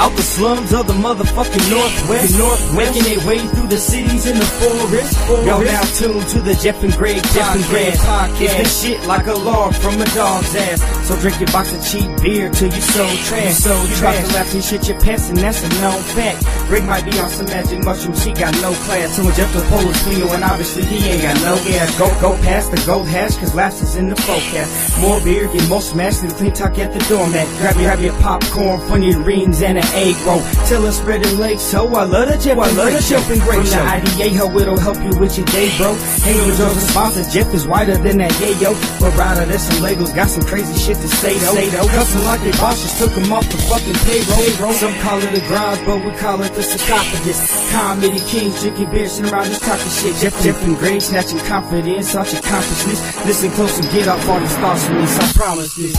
Out the slums of the motherfucking Northwest. Northwest. Making their way through the cities in the forest. Y'all now tuned to the Jeff and Greg Jeff and Greg podcast. It's the shit like a log from a dog's ass. So drink your box of cheap beer till you so trash. So you trash. to laugh and shit your pants and that's a known fact. Greg might be on some magic mushroom, she got no class. So inject the pole is Cleo and obviously he ain't got no gas. Go, go past the gold hash cause laughs is in the forecast. More beer, get more smashed than clean talk at the doormat. Grab your, grab your popcorn, funny rings and an egg roll. Till it's spread and legs, so I love the Jeff. I love the Jeff and Greg show. IDA, ho, it'll help you with your day, bro. Hey, with Joe's sponsor, Jeff is whiter than that yayo. But rider, there's some Legos, got some crazy shit to say though. Say though. Custom like they boss just took them off the fucking payroll. Some call it a grind, but we call it the sarcophagus. Comedy kings drinking beer, sitting around just talking shit. Jeff, Jeff and Greg snatching confidence, such accomplishments. Listen close and get off all these thoughts from this, I promise this.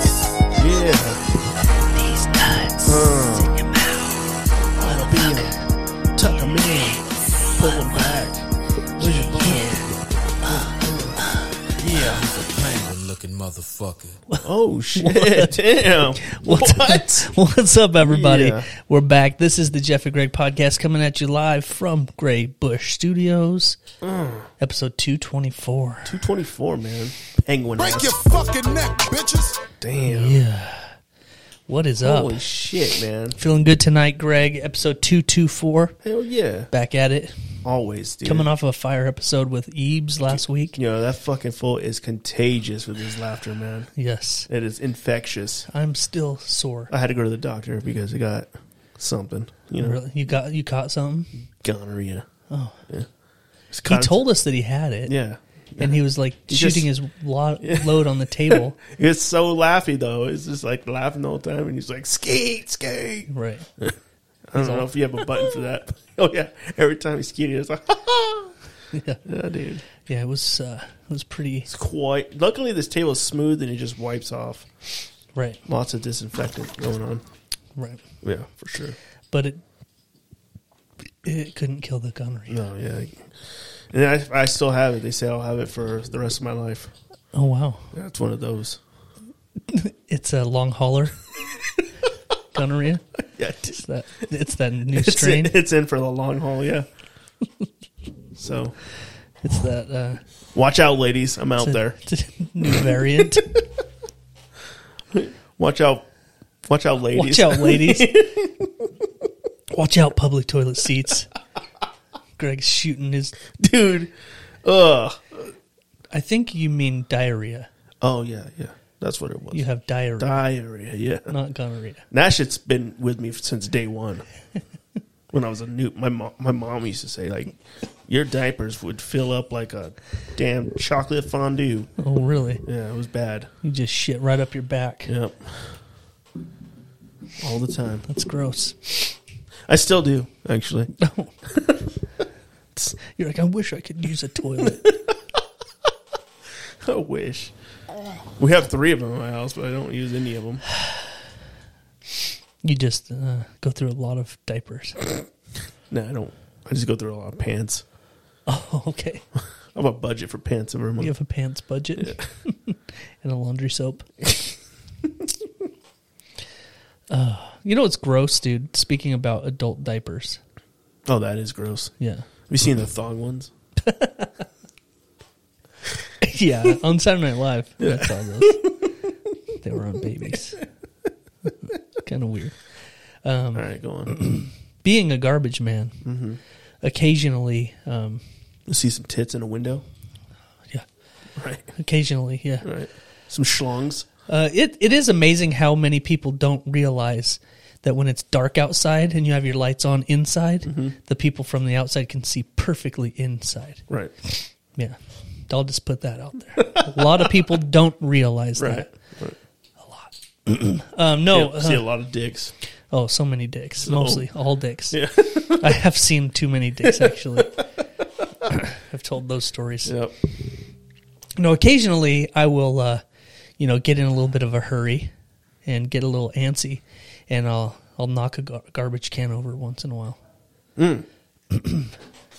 Yeah. These nuts Uh. in your mouth. Let 'em be in. Tuck 'em in. Pull 'em back. Where's your Yeah. Yeah. Penguin looking motherfucker. Oh shit! Damn. What's What? What's up, everybody? Yeah. We're back. This is the Jeff and Greg podcast coming at you live from Gray Bush Studios, Mm. episode 224. Two twenty four, man. Penguin. Break ass. your fucking neck, bitches. Damn. Yeah. What is Holy up? shit, man. Feeling good tonight, Greg. Episode 224. Hell yeah. Back at it. Always, dude. Coming off of a fire episode with Ebes last week. You know that fucking fool is contagious with his laughter, man. Yes. It is infectious. I'm still sore. I had to go to the doctor because I got something. Uh, You know, Really? You got you caught something? gonorrhea. Oh. Yeah. It's He con- told us that he had it. Yeah. And he was like He just- shooting his lo- load on the table. It's so laughy though. It's just like laughing the whole time, and he's like, "Skate, skate." right. I don't know if you have a button for that. Oh yeah, every time he's skating, it's like, Yeah. yeah, dude. Yeah, it was uh, it was pretty It's quite. Luckily, this table is smooth and it just wipes off. right, Lots of disinfectant going on. right. Yeah, for sure. But it it couldn't kill the gonorrhea. No, yeah. And I, I still have it. They say I'll have it for the rest of my life. Oh wow, Yeah, it's one of those. it's a long hauler gonorrhea. Yeah, It's that it's that new it's in, strain. it's in for the long haul. Yeah. so It's that uh, watch out, ladies. I'm out it's a- there. it's a new variant. Watch out. Watch out, ladies. Watch out, ladies. Watch out, public toilet seats. Greg's shooting his. dude. Ugh. I think you mean diarrhea. Oh yeah, yeah. That's what it was. You have diarrhea, Diarrhea. Yeah. not gonorrhea. And that shit's been with me since day one. when I was a new, my mom, my mom used to say like, your diapers would fill up like a damn chocolate fondue. Oh really? Yeah, it was bad. You just shit right up your back. Yep. All the time. That's gross. I still do, actually. No. You're like, I wish I could use a toilet. I wish. We have three of them in my house, but I don't use any of them. you just uh, go through a lot of diapers. No, I don't. I just go through a lot of pants. Oh, okay. I have a budget for pants every month. You have a pants budget and a laundry soap. uh, you know what's gross, dude? Speaking about adult diapers. Oh, that is gross. Yeah. Have you seen Mm-hmm. the thong ones? yeah. On Saturday Night Live, I saw those. they were on babies. kind of weird. Um, All right, go on. Being a garbage man, occasionally, um, You see some tits in a window? yeah, Right, occasionally, yeah. right. Some schlongs. Uh, it it is amazing how many people don't realize that when it's dark outside and you have your lights on inside, the people from the outside can see perfectly inside. Right, Yeah, I'll just put that out there. a lot of people don't realize right. uh-huh. that. Um, no, Yeah, see a uh, lot of dicks. oh, so many dicks, mostly all dicks. I have seen too many dicks actually. I've told those stories. Yep. you know, occasionally I will, uh, you know, get in a little bit of a hurry and get a little antsy, and I'll I'll knock a gar- Mm. garbage can over once in a while.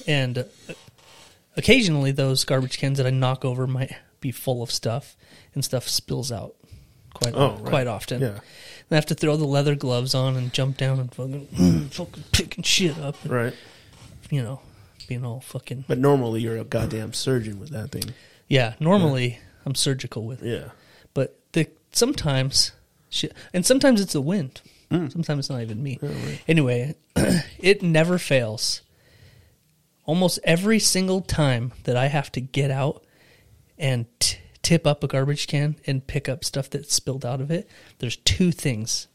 and uh, Occasionally, those garbage cans that I knock over might be full of stuff, and stuff spills out quite Oh, right. quite often. Yeah. And I have to throw the leather gloves on and jump down and fucking fucking picking shit up, and, Right. you know, being all fucking But normally you're a goddamn surgeon with that thing. yeah. Normally, I'm surgical with it. Yeah. but the sometimes shit, and sometimes it's the wind. Mm. Sometimes it's not even me. Anyway, it never fails. Almost every single time that I have to get out and t- tip up a garbage can and pick up stuff that's spilled out of it, there's two things,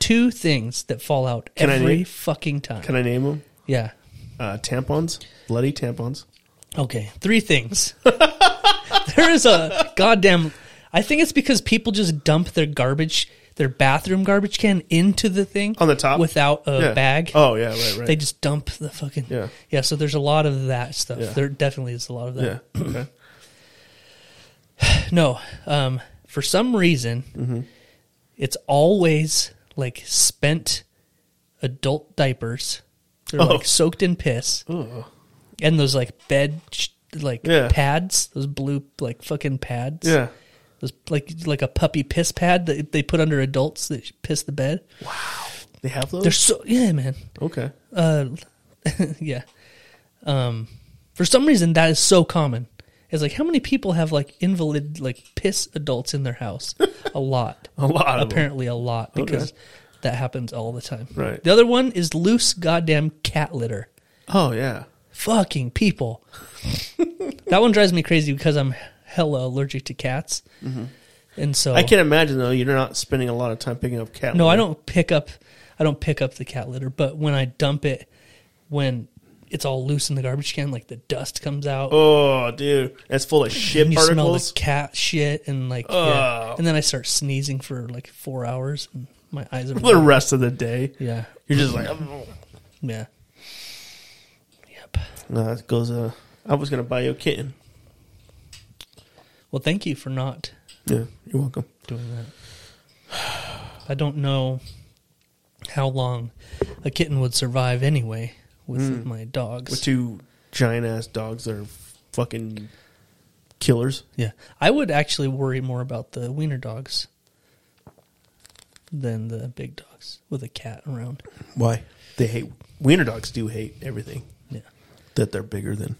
two things that fall out Can I every name- fucking time. Can I name them? yeah. Uh, tampons, bloody tampons. Okay, three things. there is a goddamn. I think it's because people just dump their garbage, their bathroom garbage can into the thing On the top? without a Yeah. bag. Oh yeah, right, right. They just dump the fucking Yeah. yeah. So there's a lot of that stuff. Yeah. There definitely is a lot of that. yeah. Okay. No, um, for some reason, Mm-hmm. it's always like spent adult diapers. They're Oh. like soaked in piss, and those like bed sh- like Yeah. pads, those blue like fucking pads. Yeah. those like like a puppy piss pad that they put under adults that piss the bed. They have those. They're so yeah, man. okay. Uh, yeah. Um, for some reason, that is so common. It's like how many people have like invalid like piss adults in their house? A lot. A lot of 'em. Apparently, a lot because that happens all the time. Right. The other one is loose goddamn cat litter. Oh yeah. Fucking people. that one drives me crazy because I'm hella allergic to cats, and so Mm-hmm. I can't imagine though. You're not spending a lot of time picking up cat. Oh. No, I litter. don't pick up. I don't pick up the cat litter, but when I dump it, when it's all loose in the garbage can, like the dust comes out. Oh, dude, that's full of shit and you smell the particles. Oh. cat shit and like, yeah. and then I start sneezing for like four hours. And my eyes are The rest of the day, yeah, you're just like, yeah, yep. no, that goes. Uh, I was gonna buy you a kitten. Well, thank you for not Yeah, you're welcome. doing that. I don't know how long a kitten would survive anyway with my dogs. Hmm. With two giant ass dogs that are fucking killers. Yeah, I would actually worry more about the wiener dogs than the big dogs with a cat around. Why? They hate wiener dogs. Do hate everything Yeah, that they're bigger than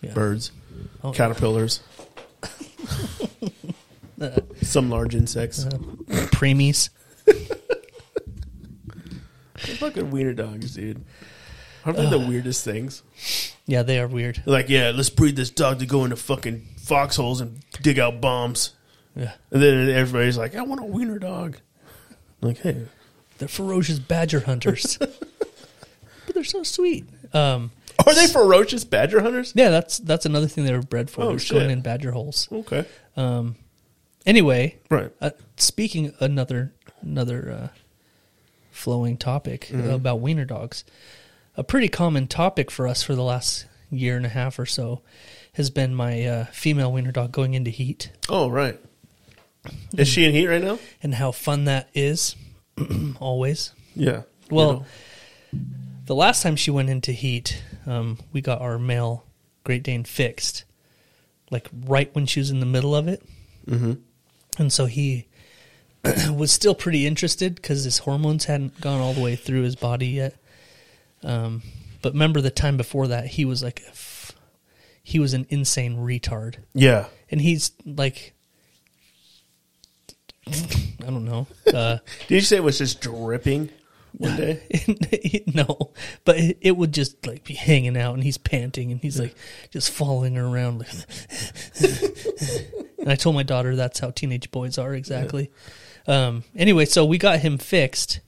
yeah. birds, Oh, yeah. caterpillars, some large insects. Uh, preemies. They're fucking wiener dogs, dude. Aren't they the weirdest things? Yeah, they are weird. They're like, yeah, let's breed this dog to go into fucking foxholes and dig out bombs. Yeah, And then everybody's like, I want a wiener dog. I'm like, hey, they're ferocious badger hunters, but they're so sweet. Um, are they ferocious badger hunters? yeah, that's that's another thing they were bred for. Oh, was shit. going in badger holes. Okay. Anyway, Right. uh, speaking another another uh, flowing topic about wiener dogs, a pretty common topic for us for the last year and a half or so has been my uh, female wiener dog going into heat Oh, right. Is she in heat right now? and how fun that is. always, Yeah. well, You know. the last time she went into heat, um, we got our male Great Dane fixed, like right when she was in the middle of it, mm-hmm. and so he was still pretty interested because his hormones hadn't gone all the way through his body yet. Um, but remember the time before that, he was like, a f- he was an insane retard yeah. and he's like I don't know. Uh, Did you say it was just dripping one day? no, but it, it would just like be hanging out, and he's panting, and he's like just following her around. Like, and I told my daughter that's how teenage boys are exactly. Um, anyway, so we got him fixed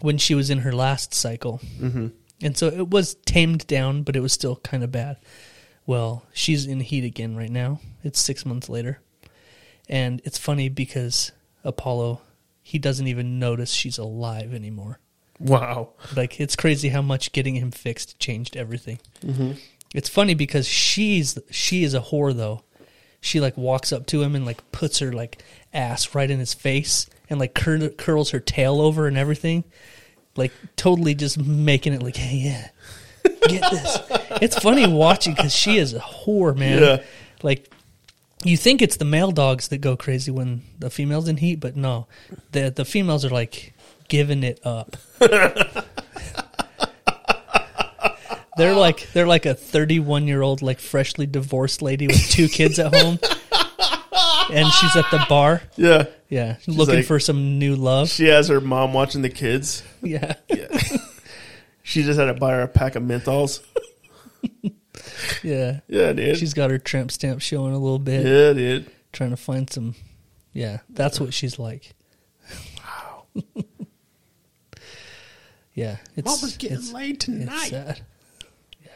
when she was in her last cycle, mm-hmm. and so it was tamed down, but it was still kind of bad. Well, she's in heat again right now. It's six months later, and it's funny because Apollo he doesn't even notice she's alive anymore Wow. like it's crazy how much getting him fixed changed everything. It's funny because she's she is a whore though. She like walks up to him and like puts her like ass right in his face and like cur- curls her tail over and everything, like totally just making it like hey yeah, get this. It's funny watching because she is a whore, man. Yeah. Like, you think it's the male dogs that go crazy when the females in heat, but no, the the females are like giving it up. they're Oh. like they're like a thirty one year old like freshly divorced lady with two kids at home, and she's at the bar. Yeah. Yeah, looking like- for some new love. She has her mom watching the kids. yeah. She just had to buy her a pack of menthols. yeah. Yeah, dude. She's got her tramp stamp showing a little bit, yeah, dude. trying to find some. Yeah, that's what she's like. Wow. yeah, it's Mama's getting it's, laid it's tonight. sad. Yeah.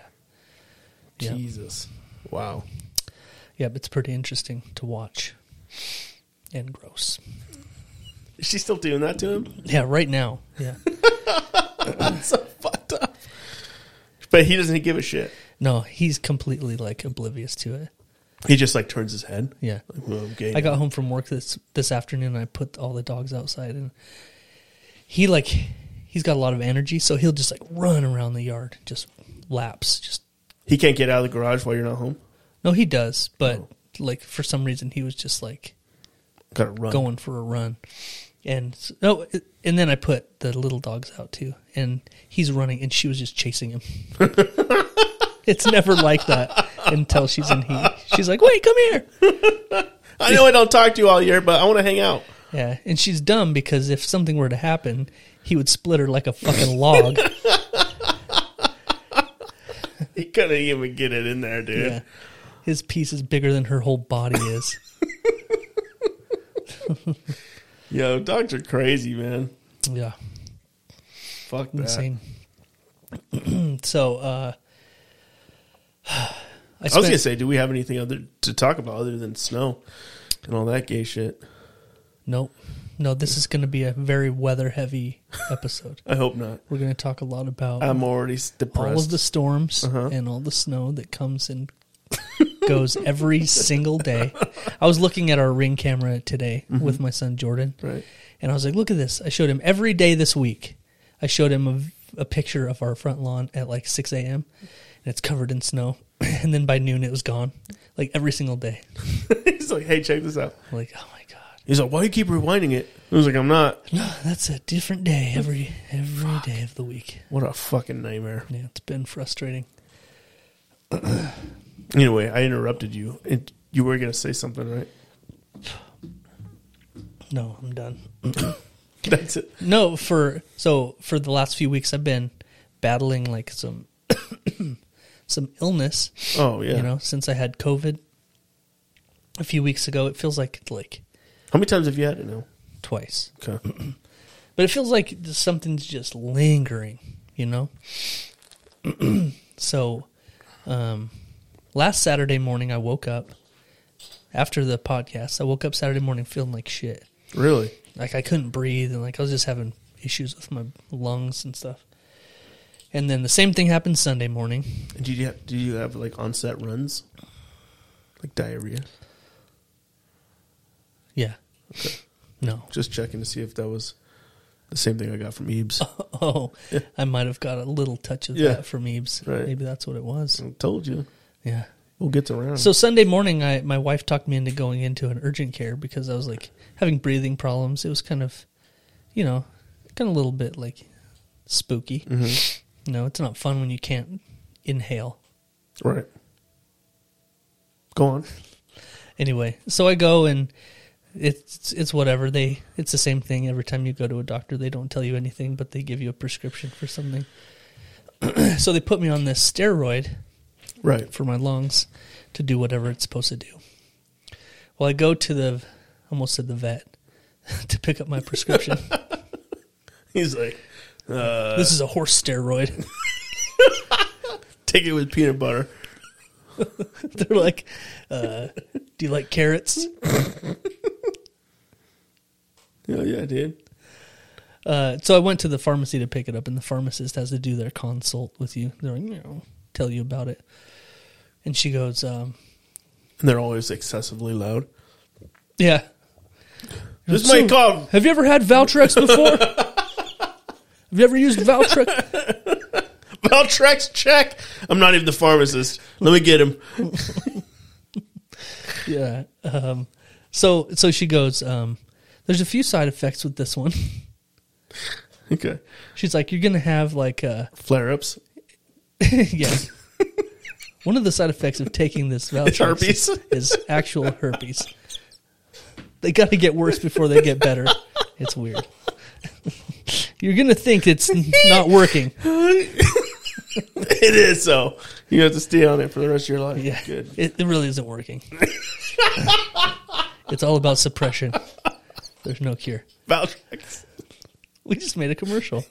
Yeah. Jesus. Wow. yeah, but it's pretty interesting to watch and gross. Is she still doing that to him? Yeah, right now. Yeah. Fucked up. But he doesn't give a shit. no, he's completely like oblivious to it. He just like turns his head. Yeah. Like, well, I'm gay. I got home from work this this afternoon. and I put all the dogs outside, and he like he's got a lot of energy, so he'll just like run around the yard, just laps. Just he can't get out of the garage while you're not home. no, he does, but like for some reason he was just like Gotta run. going for a run, and s- no, it- and then I put the little dogs out too, and he's running, and she was just chasing him. it's never like that until she's in heat. She's like, "Wait, come here." I know I don't talk to you all year, but I want to hang out. Yeah, and she's dumb because if something were to happen, he would split her like a fucking log. He couldn't even get it in there, dude. yeah. His piece is bigger than her whole body is. Yo, dogs are crazy, man. yeah, Fuck that. insane. so, uh, I, I was spent, gonna say, do we have anything other to talk about other than snow and all that gay shit? nope. No, this is going to be a very weather heavy episode. I hope not. We're going to talk a lot about I'm already s- depressed. all of the storms and all the snow that comes and goes every single day. I was looking at our ring camera today with my son Jordan, Right. and I was like, "Look at this!" I showed him every day this week. I showed him a, v- a picture of our front lawn at like six a.m. and it's covered in snow, and then by noon it was gone. Like every single day. He's like, hey, check this out. I'm like, oh my god, He's like, why do you keep rewinding it? I was like, I'm not. no, that's a different day every every day of the week. What a fucking nightmare. Yeah, it's been frustrating. Anyway, I interrupted you. It, you were gonna say something, right? No, I'm done. That's it. No, for so for the last few weeks I've been battling like some some illness. Oh yeah. You know, since I had COVID a few weeks ago, it feels like like How many times have you had it now? twice. Okay. But it feels like something's just lingering, you know? so um last Saturday morning I woke up after the podcast. I woke up Saturday morning feeling like shit. Really? like I couldn't breathe and like I was just having issues with my lungs and stuff. And then the same thing happened Sunday morning. And Did you have, do you have like onset runs, like diarrhea? Yeah. No. Just checking to see if that was the same thing I got from Ebes. Oh, I might have got a little touch of Yeah. that from Ebes. Right. Mm. Maybe that's what it was. I told you. Yeah. We'll get around. So Sunday morning, I my wife talked me into going into an urgent care because I was like having breathing problems. It was kind of, you know, kind of a little bit like spooky. Mm-hmm. You know, it's not fun when you can't inhale. right. Go on. anyway, so I go and it's it's whatever they it's the same thing every time you go to a doctor they don't tell you anything but they give you a prescription for something. so they put me on this steroid Right. for my lungs to do whatever it's supposed to do. Well, I go to the almost said the vet to pick up my prescription. He's like, this is a horse steroid. take it with peanut butter. They're like, uh, "Do you like carrots?" Oh yeah, dude. Uh, so I went to the pharmacy to pick it up, and the pharmacist has to do their consult with you. They're like, you know, tell you about it. And she goes, um, And they're always excessively loud. yeah. This might come. Have you ever had Valtrex before? Have you ever used Valtrex? Valtrex check. I'm not even the pharmacist. Let me get him. yeah. Um, so so she goes. Um, There's a few side effects with this one. Okay. She's like, you're gonna have like, uh, Flare ups. yes. one of the side effects of taking this Valtrex herpes. is actual herpes. They gotta get worse before they get better. It's weird. you're gonna think it's not working. It is so. You have to stay on it for the rest of your life. Yeah, Good. It, it really isn't working. it's all about suppression. There's no cure. Valtrex. We just made a commercial.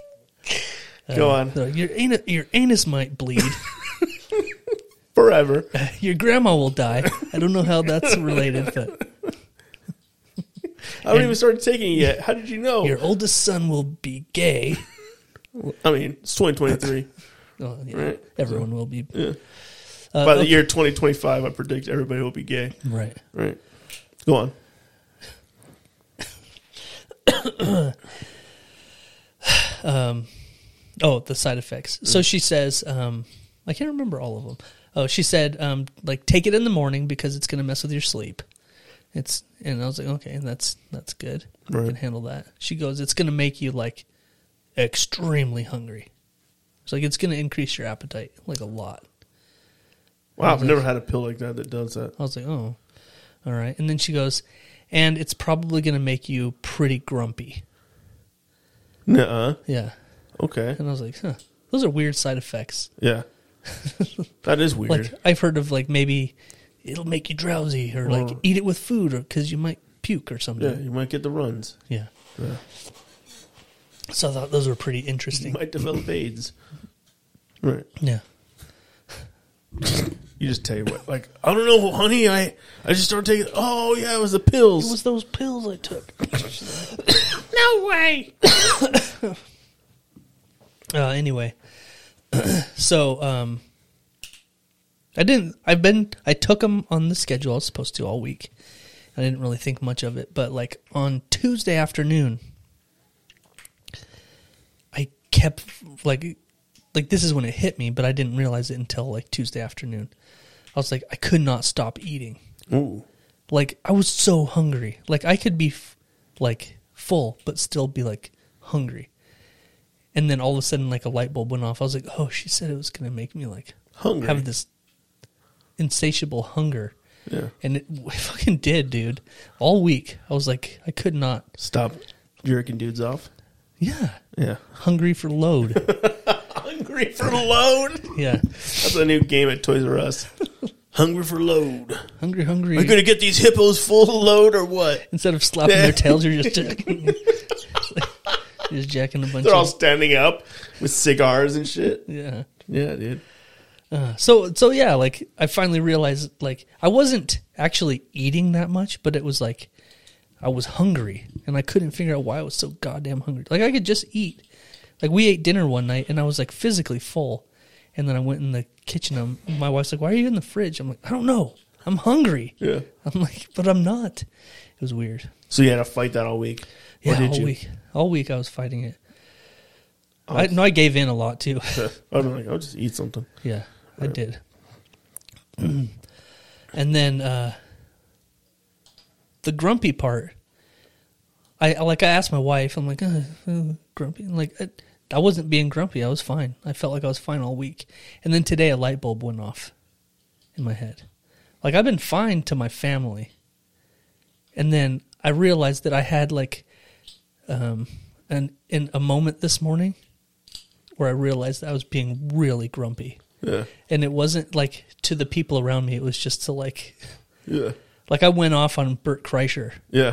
Go on. So your anus, your anus might bleed. Forever. Your grandma will die. I don't know how that's related, but I haven't even started taking it yet. How did you know? your oldest son will be gay. I mean, it's 2023. Oh, yeah. Right. Everyone will Uh, be uh, By the year 2025, I predict everybody will be gay. oh, right. Right. Go on. Oh, the side effects. Mm. So she says, um, I can't remember all of them. Oh, she said, um, like take it in the morning because it's going to mess with your sleep. It's and I was like, okay, that's that's good. I Right. can handle that. She goes, it's going to make you like extremely hungry. It's like it's going to increase your appetite like a lot. Wow, I've never had a pill like that that does that. I was like, oh, all right. And then she goes, and it's probably going to make you pretty grumpy. Nuh-uh. Yeah. Okay. And I was like, huh, those are weird side effects. Yeah. That is weird. Like I've heard of like maybe it'll make you drowsy or like Or- eat it with food or because you might puke or yeah, something. you might get the runs. Yeah. So I thought those were pretty interesting. You might develop AIDS. Right. Yeah. You just tell you what. Like, I don't know, honey. I I just started taking. Oh yeah, it was the pills. It was those pills I took. no way. Uh, anyway, so um, I didn't. I've been. I took them on the schedule I was supposed to all week. I didn't really think much of it, but like on Tuesday afternoon, I kept like, like this is when it hit me, but I didn't realize it until like Tuesday afternoon. I was like, I could not stop eating. Ooh. Like I was so hungry. Like I could be f- like full but still be like hungry. And then all of a sudden like a light bulb went off. I was like, "Oh, she said it was going to make me like Hungry. have this insatiable hunger." Yeah. And it, it fucking did, dude. All week I was like I could not. Stop jerking dudes off. Yeah. Yeah. Hungry for load. Hungry for load. yeah. That's a new game at Toys R Us. Hungry for load. Hungry Are hungry. you gonna get these hippos full of load or what? Instead of slapping their tails, you're just you're just jacking a bunch They're all of standing up with cigars and shit. yeah. Yeah, dude. So so yeah, like I finally realized like I wasn't actually eating that much, but it was like I was hungry and I couldn't figure out why I was so goddamn hungry. Like I could just eat. Like we ate dinner one night and I was like physically full. And then I went in the kitchen and my wife's like, "Why are you in the fridge?" I'm like, "I don't know. I'm hungry." Yeah. I'm like, "But I'm not." It was weird. So you had to fight that all week. Or Yeah, did all you? Oh. week. All week I was fighting it. I no, I gave in a lot too. I'm like, I'll just eat something. Yeah, I did. and then uh, the grumpy part. I I- like. I asked my wife. I'm like, uh, uh, grumpy. I'm like, I, I wasn't being grumpy. I was fine. I felt like I was fine all week. And then today, a light bulb went off in my head. Like I've been fine to my family, and then I realized that I had like, um, an in a moment this morning where I realized I was being really grumpy. Yeah. And it wasn't like to the people around me, it was just to like Yeah. like I went off on Bert Kreischer Yeah.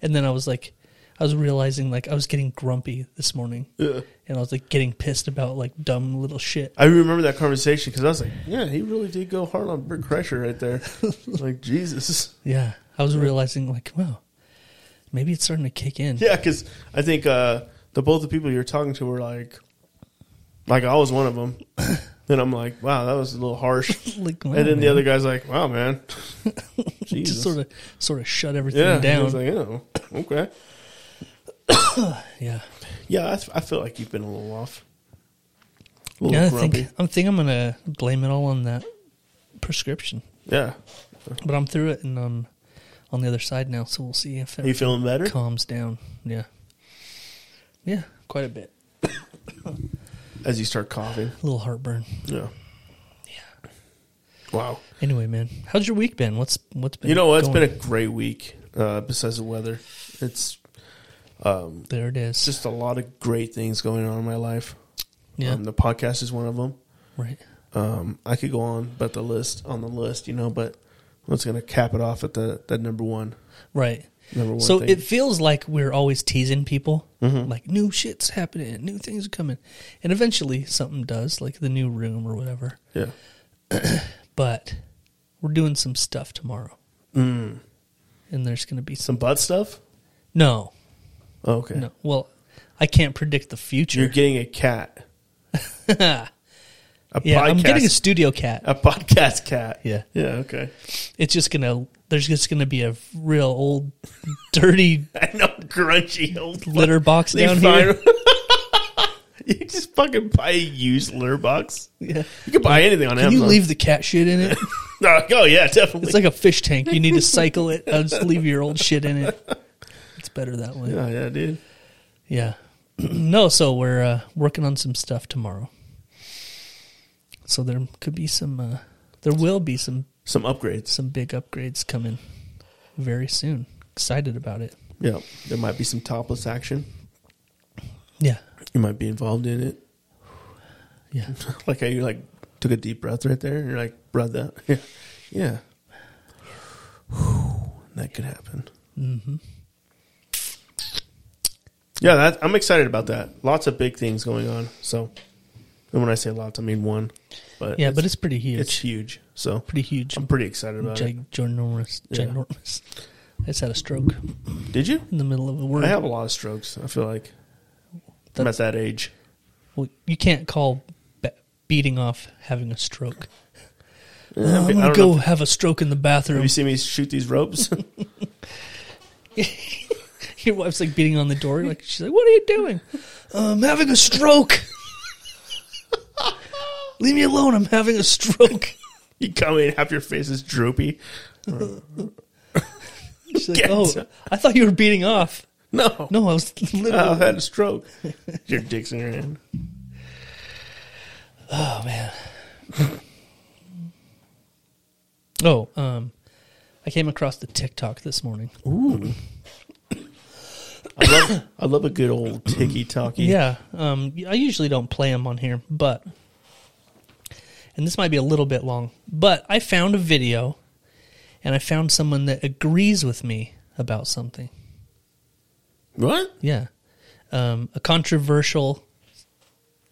and then I was like I was realizing like I was getting grumpy this morning. Yeah. And I was like getting pissed about like dumb little shit. I remember that conversation because I was like, yeah, he really did go hard on Bert Kreischer right there. like, Jesus. Yeah. I was realizing like, wow, maybe it's starting to kick in. Yeah, because I think uh, the both the people you're talking to were like, like I was one of them. Then I'm like, wow, that was a little harsh. Like, wow, and then the man. other guy's like, wow, man. Jesus. just sort of sort of shut everything yeah. and I down. was like, oh, okay. yeah. Yeah, I, I feel like you've been a little off. A little Yeah, I grumpy. think I think I'm gonna blame it all on that prescription. Yeah. But I'm through it and I'm on the other side now, so we'll see if Are you it feeling better? calms down. Yeah, yeah, quite a bit. As you start coughing. A little heartburn. Yeah. Wow. Anyway, man, how's your week been? What's what's been? You know what? It's been going- a great week. Uh, besides the weather, it's there it is. just a lot of great things going on in my life. yeah, Um, the podcast is one of them. right. Um, I could go on, but the list on the list, you know, but I'm just gonna cap it off at the that number one. Right. Number one So thing. Mm-hmm. it feels like we're always teasing people, like new shit's happening, new things are coming, and eventually something does, like the new room or whatever. Yeah. But we're doing some stuff tomorrow, mm. and there's going to be Some some. butt stuff. No, Oh, okay. no. Well, I can't predict the You're future. getting a cat. A yeah, podcast. I'm getting a studio cat. a podcast cat. Yeah. Yeah. Okay. It's just gonna. There's just gonna be a real old, dirty I know. Grungy old litter box They down fire- here. you just fucking buy a used litter box. Yeah. You can buy anything on Can you Amazon. leave the cat shit in it? oh yeah, definitely. It's like a fish tank. You need to cycle it. Uh, just leave your old shit in it. It's better that way. yeah, yeah, dude. Yeah. no, so we're uh, working on some stuff tomorrow. So there could be some. Uh, there will be some Some upgrades. some big upgrades coming very soon. Excited about it. Yeah, there might be some topless action. Yeah. You might be involved in it. Yeah. Like how you like took a deep breath right there, and you're like, "Breath out." Yeah, yeah. that could happen. Mm-hmm. Yeah, that, I'm excited about that. Lots of big things going on. So, and when I say lots, I mean one. But Yeah, but it's pretty huge. it's huge. So pretty huge. I'm pretty excited about it. Gig- ginormous. Yeah. Ginormous. I just had a stroke Did you? in the middle of a word. I have a lot of strokes. I feel like I'm at That's- that age. Well, you can't call be- beating off having a stroke. I don't I'm know gonna go if- have a stroke in the Have bathroom. you seen me shoot these ropes? Your wife's like beating on the door. You're Like she's like, "What are you doing? I'm having a stroke. Leave me alone. I'm having a stroke." you come in, half your face is droopy. She's like, Get "Oh, some- I thought you were beating off. No, No, I was I literally. had a stroke. Your dick's in your hand. Oh man. oh, um, I came across the TikTok this morning. Ooh. I love, I love a good old ticky talkie. Yeah, um, I usually don't play them on here, but and this might be a little bit long, but I found a video, and I found someone that agrees with me about something. What? Yeah, um, a controversial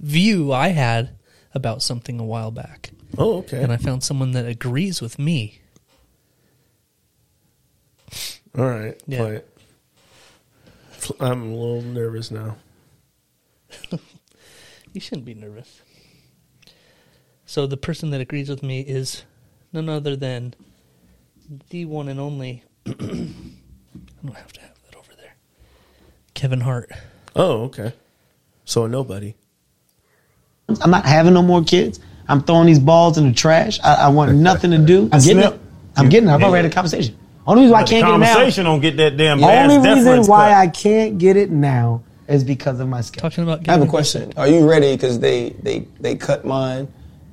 view I had about something a while back, Oh, okay. and I found someone that agrees with me. All right. Yeah. Play it. Fl- I'm a little nervous now. You shouldn't be nervous. So the person that agrees with me is none other than the one and only. I don't have to have that over there. Kevin Hart. Oh, okay. So a nobody. I'm not having no more kids. I'm throwing these balls in the trash. I, I want nothing to do. I'm getting it. Snip. I'm getting it. I've already had a conversation. Only reason why I can't get it now. conversation don't get that damn Only last reason deference why cut. I can't get it now is because of my schedule. Talking about I have a getting- question. Are you ready? Because they they they cut mine,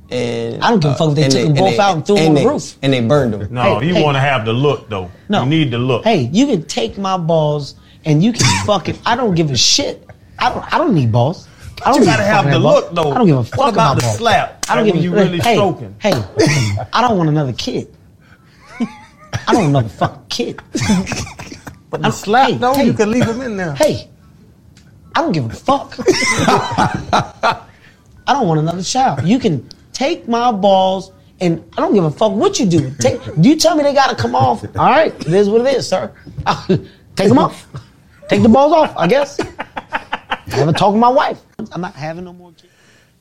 and uh, I don't give a fuck if they and took them both out and threw them on the they- roof. and they burned them. No, Hey, you hey. want to have the look though. No. you need the Oh, look. Hey, you can take my balls and you can fucking. I don't give a shit. I don't. I don't need balls. I don't You give a gotta fuck have about the balls. look though. I don't give a fuck What about the balls. slap? I don't Like, give when a you really hey, stroking. Hey, I don't want another kid. I don't want another fucking kid. But the slap, hey, though, hey, you can leave them in there. Hey, I don't give a fuck. I don't want another child. You can take my balls, and I don't give a fuck what you do. Take, you tell me they gotta come off. All right, it is what it is, sir. take them off. Take the balls off. I guess. I haven't talked to my wife. I'm not having no more kids.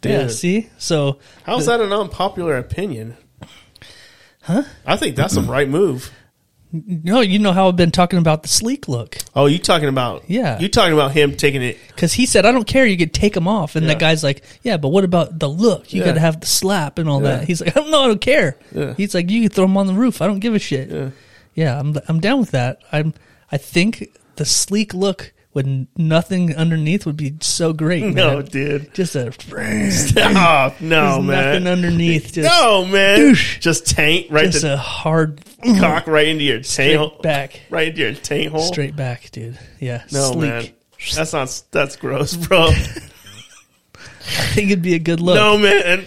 Dude. Yeah, see? So How's that an unpopular opinion? Huh? I think that's a right move. No, you know how I've been talking about the sleek look Oh, you talking about? Yeah. you talking about him taking it? because he said, "I don't care. You could take them off." And Yeah. the guy's like, "Yeah, but what about the look? You Yeah. got to have the slap and all that." He's like, "I don't know. I don't care." Yeah. He's like, "You can throw them on the roof. I don't give a shit." Yeah, I'm I'm down with that. I'm I think the sleek look with n- nothing underneath would be so great. No, man. dude. just a Oh no, there's man. nothing underneath. Just, no, man. Douche. Just taint right just the a hard cock right into your taint hole. back. Right into your taint hole. straight back, dude. Yeah, No, sleek. man. That's not. That's gross, bro. I think it'd be a good look. no, man.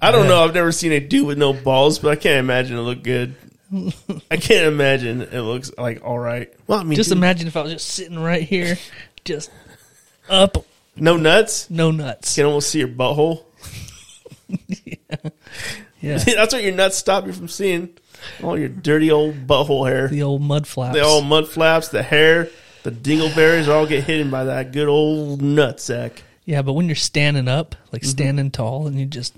I don't know. I've never seen a dude with no balls, but I can't imagine it look good. I can't imagine it looks like all right. Well, I mean, just dude, imagine if I was just sitting right here, just up, no nuts. no nuts. You can almost see your butthole. Yeah, That's what your nuts stop you from seeing. All your dirty old butthole hair. the old mud flaps. The old mud flaps, the hair, the dingleberries all get hidden by that good old nutsack. yeah, but when you're standing up, like Mm-hmm. standing tall, and you just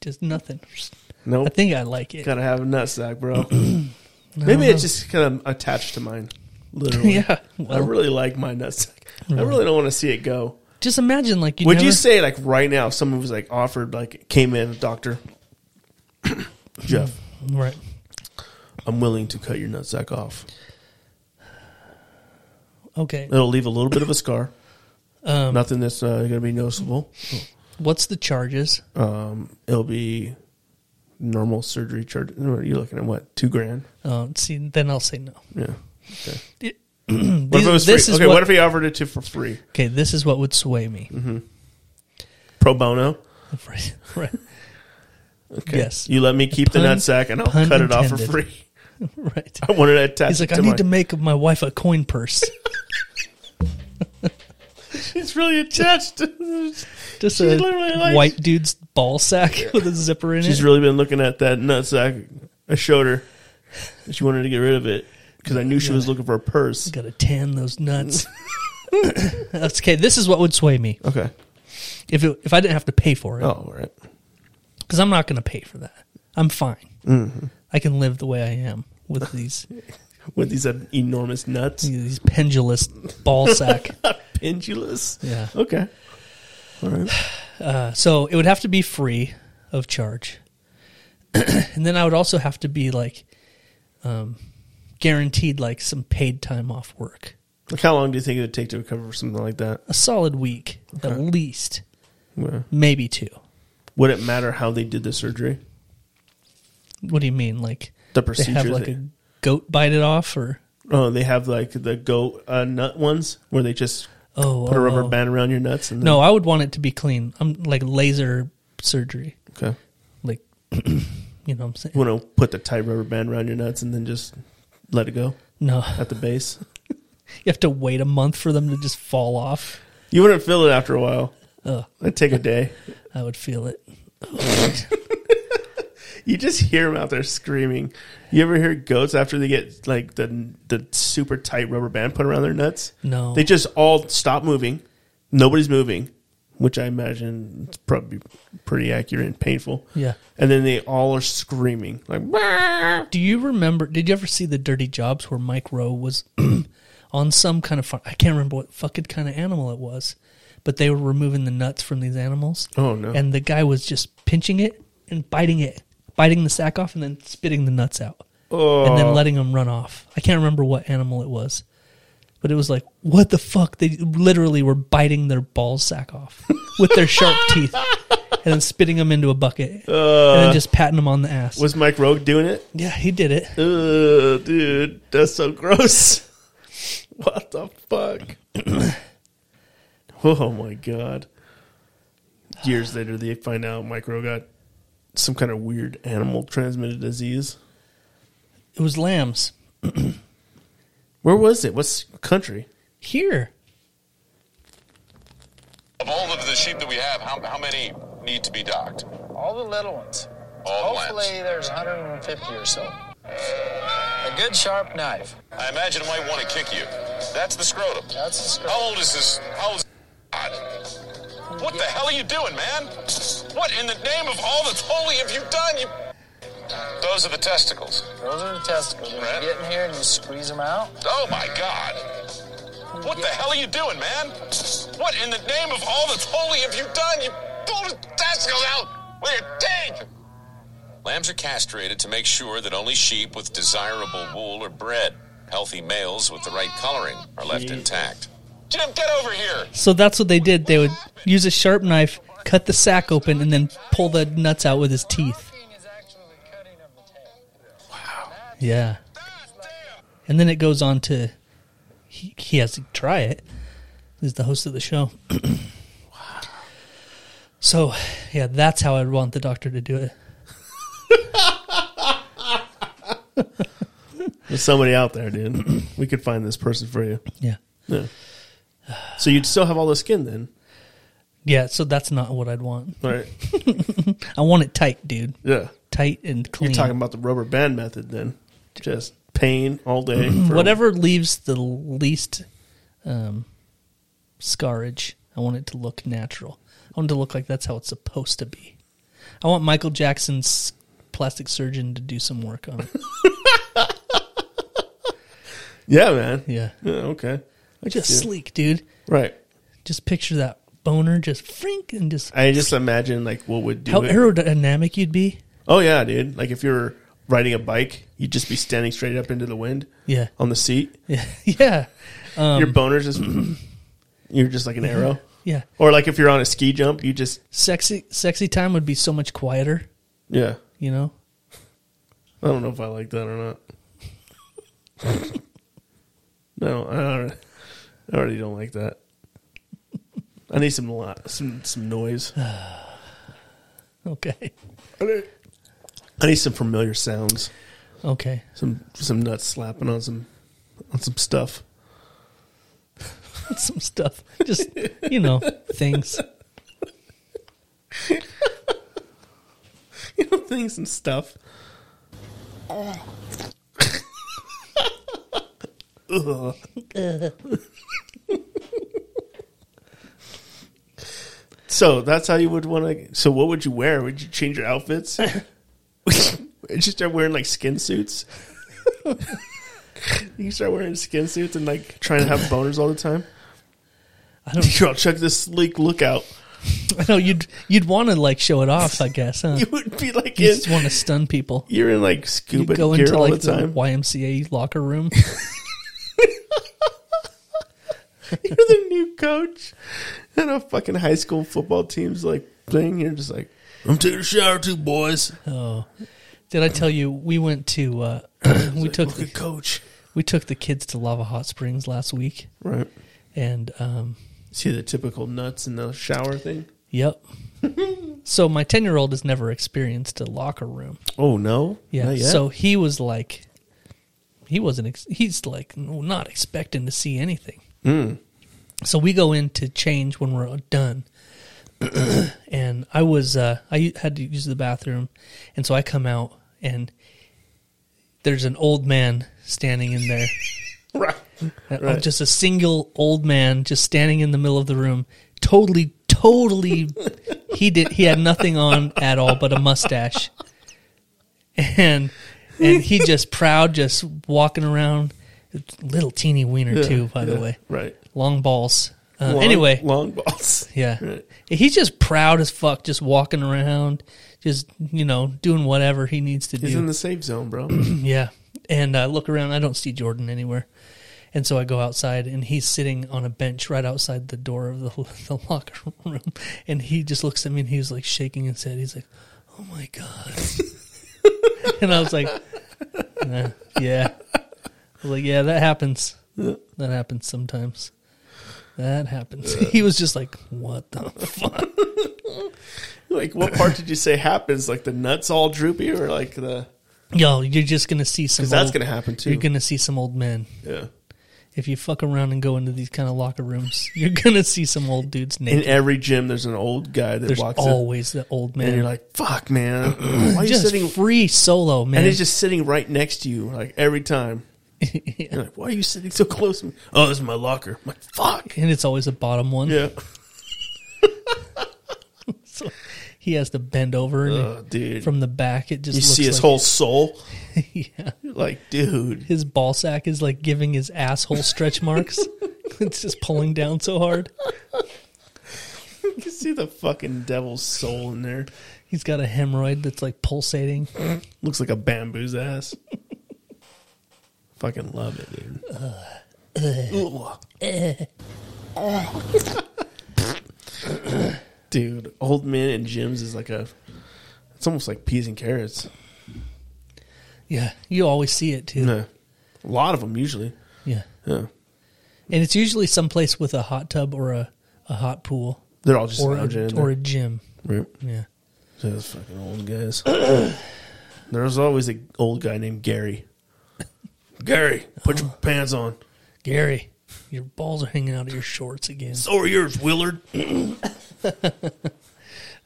just nothing. I Nope. think I like it. Gotta have a nutsack, bro. Maybe it's just kind of attached to mine. Literally. yeah. I Well, really like my nutsack. I really don't want to see it go. just imagine like you. Would never, you say like right now if someone was like offered like came in doctor Jeff, right? I'm willing to cut your nutsack off. Okay. It'll leave a little bit of a scar. Um, Nothing that's uh, going to be noticeable. What's the charges? Um, it'll be normal surgery charge. You're looking at what two grand? Uh, see, then I'll say no. Yeah. These- What if it was this free? is Okay, what, what, if he offered it to for free? okay, this is what would sway me. Pro bono. Right. right. Yes. Mm-hmm. You let me keep the Pun- nutsack and I'll cut pun it off for intended. free. Right. I wanted to attach He's it like, to I need my- to make my wife a coin purse. It's really attached. to- Just She's a literally like- white dude's ball sack with a zipper in She's it. really been looking at that nutsack. I showed her. She wanted to get rid of it because I knew she was looking for a purse. Gotta tan those nuts. That's okay. This is what would sway me Okay. if it, if I didn't have to pay for Oh, it all right. because I'm not gonna pay for that. I'm fine. Mm-hmm. I can live the way I am with these With these uh, enormous nuts, these pendulous ball sack. Uh, pendulous. Yeah. Okay. All right. So it would have to be free of charge. and then I would also have to be like um, guaranteed like some paid time off work. Like, how long do you think it would take to recover from something like that? A solid week at least, Yeah. maybe two. Would it matter how they did the surgery? What do you mean like The they procedure. have like they, a goat bite it off or oh, they have like the goat uh, nut ones where they just oh put a oh, rubber oh. band around your nuts. And No, I would want it to be clean. I'm like laser surgery. Then, okay. Like you know what I'm saying? You want to put the tight rubber band around your nuts and then just let it go No. at the base. You have to wait a month for them to just fall off. You wouldn't feel it after a while. It'd take a day. I would feel it. You just hear them out there screaming. You ever hear goats after they get like the the super tight rubber band put around their nuts? No. they just all stop moving. Nobody's moving, which I imagine is probably pretty accurate and painful. Yeah. and then they all are screaming like, "Bah!" Do you remember? Did you ever see the Dirty Jobs where Mike Rowe was on some kind of farm? I can't remember what fucking kind of animal it was, but they were removing the nuts from these animals. Oh, no. And the guy was just pinching it and biting it, biting the sack off, and then spitting the nuts out, oh, and then letting them run off. I can't remember what animal it was, but it was like, what the fuck? They literally were biting their ball sack off with their sharp teeth, and then spitting them into a bucket, and then just patting them on the ass. Uh. was Mike Rogue doing it? yeah, he did it. Ugh, dude, that's so gross. What the fuck? oh my god. Years later, they find out Micro got some kind of weird animal transmitted disease. It was lambs. Where was it? What's country? Here. Of all of the sheep that we have, how, how many need to be docked? All the little ones. All the Hopefully, there's lambs. 150 or so. A good sharp knife. I imagine it might want to kick you. That's the scrotum. That's the scrotum. How old is this? How old is God? What the hell are you doing, man? What in the name of all that's holy have you done? You Those are the testicles. Those are the testicles. When Right. you get in here and you squeeze them out. Oh my God! What the hell are you doing, man? What in the name of all that's holy have you done? You pulled the testicles out with your teeth. Lambs are castrated to make sure that only sheep with desirable wool are bred. Healthy males with the right coloring are left intact. Jim, get over here. So that's what they did. They would use a sharp knife, cut the sack open, and then pull the nuts out with his teeth. Yeah. And then it goes on to he, he has to try it. He's the host of the show. So, yeah, that's how I'd want the doctor to do it. There's somebody out there, dude. we could find this person for you. Yeah. Yeah. So you'd still have all the skin then, Yeah, so that's not what I'd want. right? I want it tight, dude. Yeah. Tight and clean. You're talking about the rubber band method then. Just pain all day. for- whatever leaves the least um, scarage. I want it to look natural. I want it to look like that's how it's supposed to be. I want Michael Jackson's plastic surgeon to do some work on it. Yeah, man. Yeah, Yeah, okay. I just see it. sleek, dude. Right. Just picture that boner, just frink, and just I just imagine like what would do how it. aerodynamic you'd be. oh yeah, dude. Like if you're riding a bike, you'd just be standing straight up into the wind Yeah, on the seat. yeah, yeah, Your boners just you're just like an arrow. yeah. Or like if you're on a ski jump, you just Sexy, sexy time would be so much quieter. yeah. You know, I don't know if I like that or not. no, I already, I already don't like that. I need some lo- some some noise. okay, I need some familiar sounds. okay. Some some nuts slapping on some on some stuff. some stuff. Just you know, things. You know, things and stuff. so that's how you would want to. So what would you wear? Would you change your outfits? Would you start wearing like skin suits? you start wearing skin suits and like trying to have boners all the time. I don't Girl, check this sleek lookout. I know you'd you'd want to like show it off, I guess, huh? You would be like You in, just want to stun people. you're in like You scuba go gear into all like the the time. YMCA locker room. You're the new coach. And a fucking high school football team's like thing. You're just like, I'm taking a shower too, boys. Did I tell you we went to uh, we took Look at the, coach. we took the kids to Lava Hot Springs last week, Right. and um, See the typical nuts in the shower thing? yep. so my ten year old has never experienced a locker room. Oh, no. Yeah. Not yet? So he was like, he wasn't. Ex- he's like not expecting to see anything. Hmm. So we go in to change when we're done, and I was uh, I had to use the bathroom, and so I come out and there's an old man standing in there. Right. Uh, Right. Just a single old man just standing in the middle of the room, totally, totally. he did. He had nothing on at all but a mustache, and and he just proud, just walking around. Little teeny wiener too, by the Yeah. way. Right. Long balls. Uh, Long- anyway, Long balls. yeah. Right. He's just proud as fuck, just walking around, just you know, doing whatever he needs to He's do. in the safe zone, bro. Yeah. And I look around, I don't see Jordan anywhere. And so I go outside, and he's sitting on a bench right outside the door of the, the locker room. And he just looks at me, and he was like shaking his head. He's like, "Oh my god!" and I was like, "Uh, "Yeah." I was like, "Yeah, that happens. That happens sometimes. That happens." He was just like, "What the fuck?" like, what part did you say happens? Like the nuts all droopy or like the. Yo, you're just gonna see some. Because that's old- going to happen too. You're gonna see some old men. yeah. if you fuck around and go into these kind of locker rooms, you're gonna see some old dudes In naked. every gym, there's an old guy that There's walks in. always the old man. And you're like, fuck, man. Why are you just sitting free solo, man. And it's just sitting right next to you, like every time. You're like, why are you sitting so close to me? Oh, this is my locker. I'm like, fuck. and it's always the bottom one. Yeah. So he has to bend over and Ugh, Oh, dude. from the back it just you looks see his like- whole soul. yeah. Like, dude, His ball sack is like giving his asshole stretch marks. it's just pulling down so hard. you can see the fucking devil's soul in there. He's got a hemorrhoid that's like pulsating. Looks like a bamboo's ass. Fucking love it, dude. Uh, Ugh. uh, dude, old men and gyms is like a. It's almost like peas and carrots. Yeah, you always see it too. Yeah. A lot of them usually. Yeah, Yeah. and it's usually someplace with a hot tub or a, a hot pool They're all just or lounging a, in or a there. gym. Right. Yeah, Those fucking old guys. there was always an old guy named Gary. Gary, put your pants on. Gary, your balls are hanging out of your shorts again. So are yours, Willard.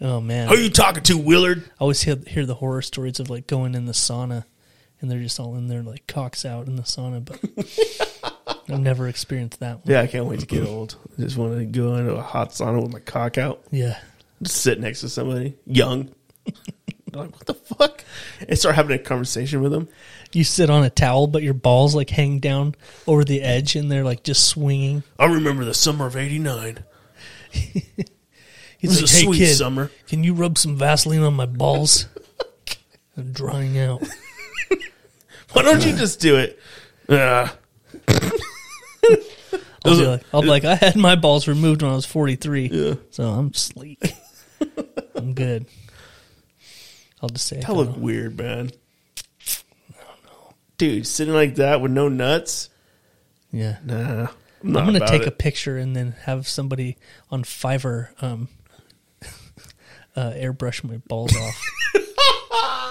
Oh man, Who you talking to, Willard? I always hear, hear the horror stories of like going in the sauna, and they're just all in there like cocks out in the sauna. But I've never experienced that one. Yeah, I can't wait to get old. I just want to go into a hot sauna with my cock out, Yeah, just sit next to somebody young. like, what the fuck? And start having a conversation with them. you sit on a towel, but your balls like hang down over the edge, and they're like just swinging. I remember the summer of '89. He's It was a like, hey sweet kid, summer." can you rub some Vaseline on my balls? I'm drying out. Why don't you just do it? Uh, I'll be like, I'll be like, I had my balls removed when I was 43, so I'm sleek. I'm good. I'll just say, That look weird, man. Dude, sitting like that with no nuts? yeah. Nah. I'm, I'm gonna take a it. picture and then have somebody on Fiverr um, uh, airbrush my balls off.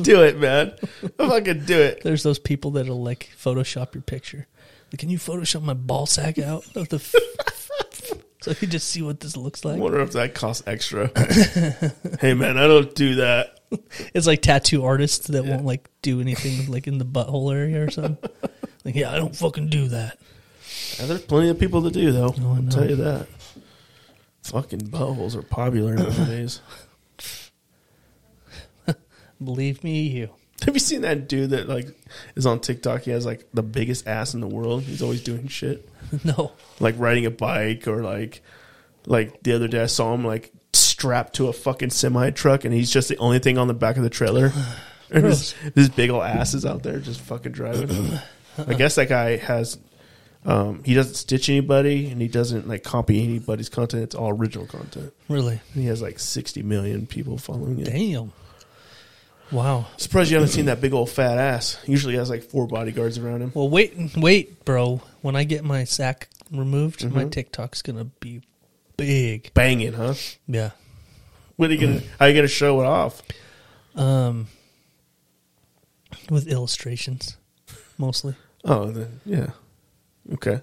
do it, man. I'm fucking do it. There's those people that'll like Photoshop your picture. Like, can you Photoshop my ball sack out of the? F- so you just see what this looks I like. wonder if that costs extra. hey man, I don't do that. It's like tattoo artists that won't like do anything like in the butthole area or something. like, yeah, I don't fucking do that. Yeah, there's plenty of people that do though. I I'll know. tell you that. Fucking buttholes are popular nowadays. Believe me, you. Have you seen that dude that like is on TikTok? He has like the biggest ass in the world. He's always doing shit. no, like riding a bike or like like the other day I saw him like strapped to a fucking semi truck and he's just the only thing on the back of the trailer. And his, his big old ass is out there just fucking driving. I guess that guy has um, he doesn't stitch anybody and he doesn't like copy anybody's content. It's all original content. really. And he has like sixty million people following him. Damn. Wow. Surprised you haven't seen that big old fat ass. Usually he has like four bodyguards around him. Well, wait, wait, bro. When I get my sack removed, my TikTok's gonna be big. Banging, huh? Yeah. What are you gonna how you gonna show it off? Um, with illustrations, mostly, Oh then yeah. Okay.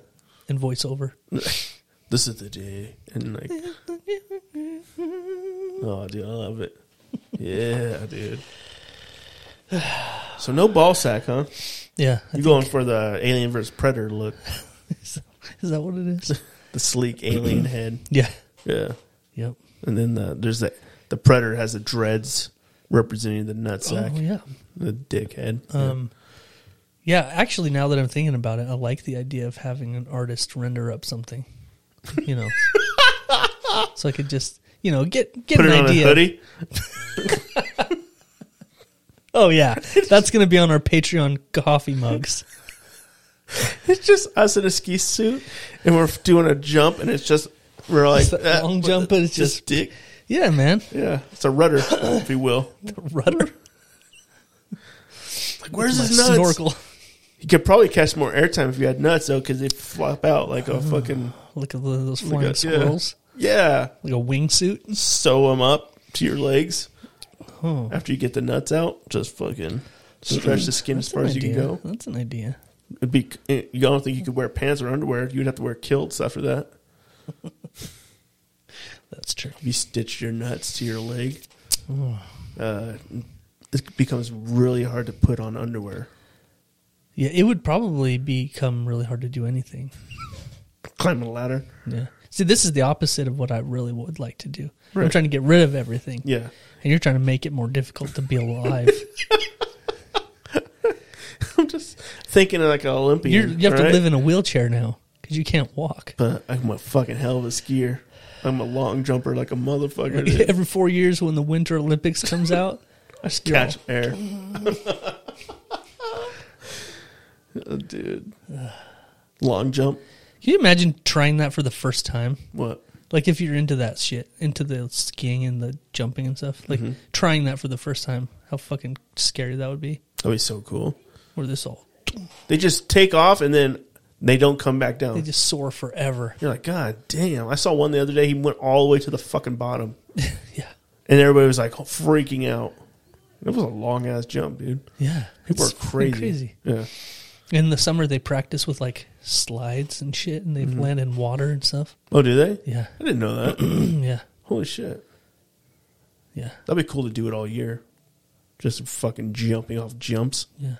and voiceover. this is the day and like oh dude i love it yeah dude so no ball sack huh Yeah. you going for the alien versus predator look Is is that what it is? the sleek alien head yeah. yeah Yep. and then the, there's that the predator has the dreads representing the nutsack Oh yeah. the dick head Um, yeah. Actually, now that I'm thinking about it, I like the idea of having an artist render up something. You know, so I could just you know get get put an it on idea. a hoodie Oh yeah, that's gonna be on our Patreon coffee mugs. it's just us in a ski suit and we're doing a jump and it's just we're like that "Ah, long jump, but it's just- dick Yeah, man. yeah it's a rudder if you will Rudder. Where's My his nuts? snorkel. You could probably catch more airtime if you had nuts though, because they flop out like a fucking Look at those like Oh, flying a- squirrels. Yeah, Like a wingsuit. sew them up to your legs after you get the nuts out. Just fucking stretch the skin as That's far an as you can idea. go. That's an idea. It'd be. eh, You don't think you could wear pants or underwear? You'd have to wear kilts after that. That's true. If you stitch your nuts to your leg, uh, it becomes really hard to put on underwear. Yeah, it would probably become really hard to do anything. Climb a ladder. Yeah. See, this is the opposite of what I really would like to do. I'm Right. trying to get rid of everything. Yeah. And you're trying to make it more difficult to be alive. I'm just thinking of like an Olympian. You're, you have to right? live in a wheelchair now because you can't walk. But I'm a fucking hell of a skier. I'm a long jumper like a motherfucker. dude. Every four years when the Winter Olympics comes out, I just You're catch air. Oh, dude. Long jump. can you imagine trying that for the first time? What? Like if you're into that shit, into the skiing and the jumping and stuff, like Mm-hmm. trying that for the first time, how fucking scary that would be. That'd be so cool. Or this all, They just take off and then they don't come back they down. just soar forever. You're like, God damn. I saw one the other day. He went all the way to the fucking bottom. Yeah, And everybody was like freaking out. It was a long ass jump, dude. yeah. People It's are fucking crazy. Yeah. In the summer, they practice with like slides and shit, and they Mm-hmm. land in water and stuff. Oh, do they? Yeah, I didn't know that. yeah, Holy shit. yeah, That'd be cool to do it all year. Just fucking jumping off jumps. yeah.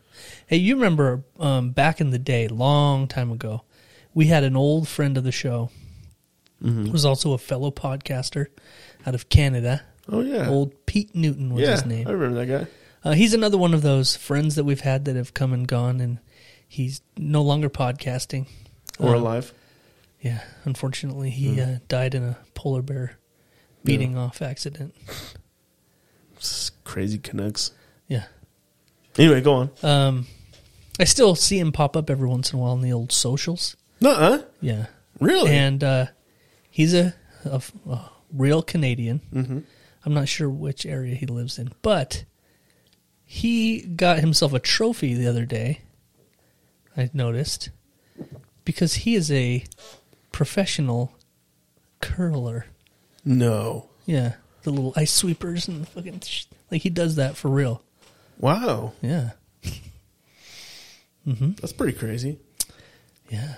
Hey, you remember um, back in the day, long time ago, we had an old friend of the show. who Was also a fellow podcaster out of Canada. Oh, yeah. Old Pete Newton was yeah. his name. I remember that guy. Uh, he's another one of those friends that we've had that have come and gone, and he's no longer podcasting. Or Uh, alive. Yeah, unfortunately, he uh, died in a polar bear beating off accident. It's crazy Canucks. Yeah. Anyway, go on. Um, I still see him pop up every once in a while in the old socials. Nuh-uh. Yeah. Really? And uh, he's a, a f- a real Canadian. Mm-hmm. I'm not sure which area he lives in, but he got himself a trophy the other day. I noticed because he is a professional curler. no. Yeah, the little ice sweepers and the fucking sh- like he does that for real. Wow. Yeah, That's pretty crazy. yeah,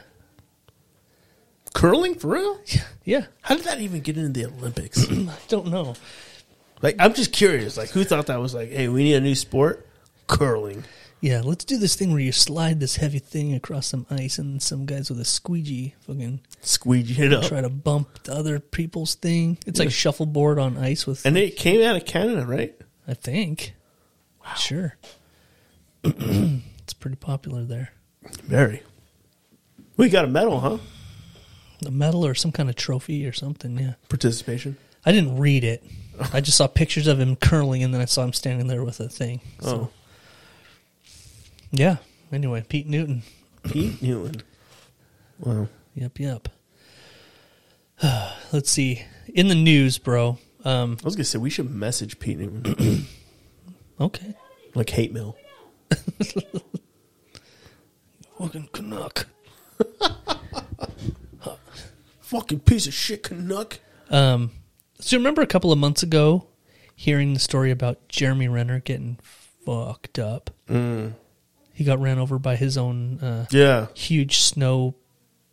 Curling for real? yeah. How did that even get into the Olympics? I don't know. like, I'm just curious. Like, who thought that was like, hey, we need a new sport? Curling. Yeah, let's do this thing where you slide this heavy thing across some ice, and some guys with a squeegee fucking Squeegee it up. try to bump the other people's thing. It's like shuffleboard on ice with, And it came out of Canada, right? I think. Sure. it's pretty popular there. Very. We got a medal, huh? A medal or some kind of trophy or something, yeah. Participation. I didn't read it. I just saw pictures of him curling, and then I saw him standing there with a thing. So, yeah. Anyway, Pete Newton. Pete Newman. Wow. Yep, yep. Let's see. In the news, bro. Um, I was going to say, we should message Pete Newman. okay. like, hate mail. Fucking Canuck. Fucking piece of shit, Canuck. Um, so you remember a couple of months ago, hearing the story about Jeremy Renner getting fucked up. He got ran over by his own uh, Mm. Yeah. huge snow.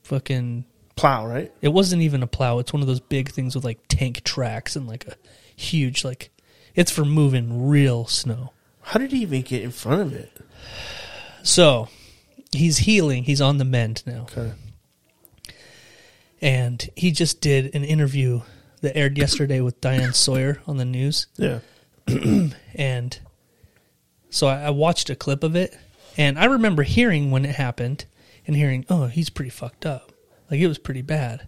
Fucking. Plow, right? It wasn't even a plow. It's one of those big things with like tank tracks and like a huge like. It's for moving real snow. How did he even get in front of it? So, he's healing. He's on the mend now. Okay. and he just did an interview that aired yesterday with Diane Sawyer on the news, Yeah. and so I, I watched a clip of it, and I remember hearing when it happened, and hearing, oh, he's pretty fucked up, like it was pretty bad,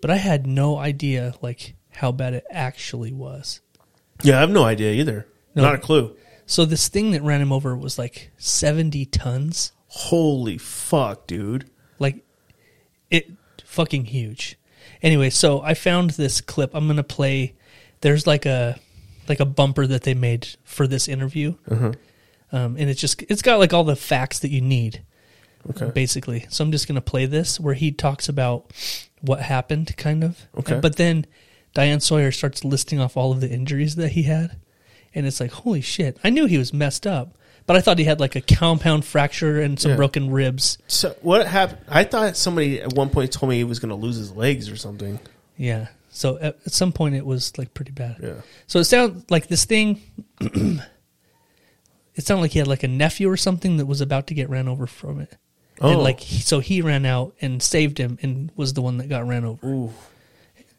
but I had no idea like how bad it actually was. Yeah, I have no idea either. No. Not a clue. So this thing that ran him over was like seventy tons, Holy fuck, dude. like it fucking huge anyway so i found this clip i'm gonna play there's like a like a bumper that they made for this interview Uh-huh. um, and it's just it's got like all the facts that you need Okay. basically so i'm just gonna play this where he talks about what happened kind of Okay. but then diane sawyer starts listing off all of the injuries that he had and it's like holy shit i knew he was messed up but i thought he had like a compound fracture and some Yeah. broken ribs So what happened? I thought somebody at one point told me he was going to lose his legs or something. Yeah. So at, at some point it was like pretty bad. Yeah. So it sounded like this thing. it sounded like he had like a nephew or something that was about to get ran over from it. Oh. And like he- so he ran out and saved him and was the one that got ran over. Ooh.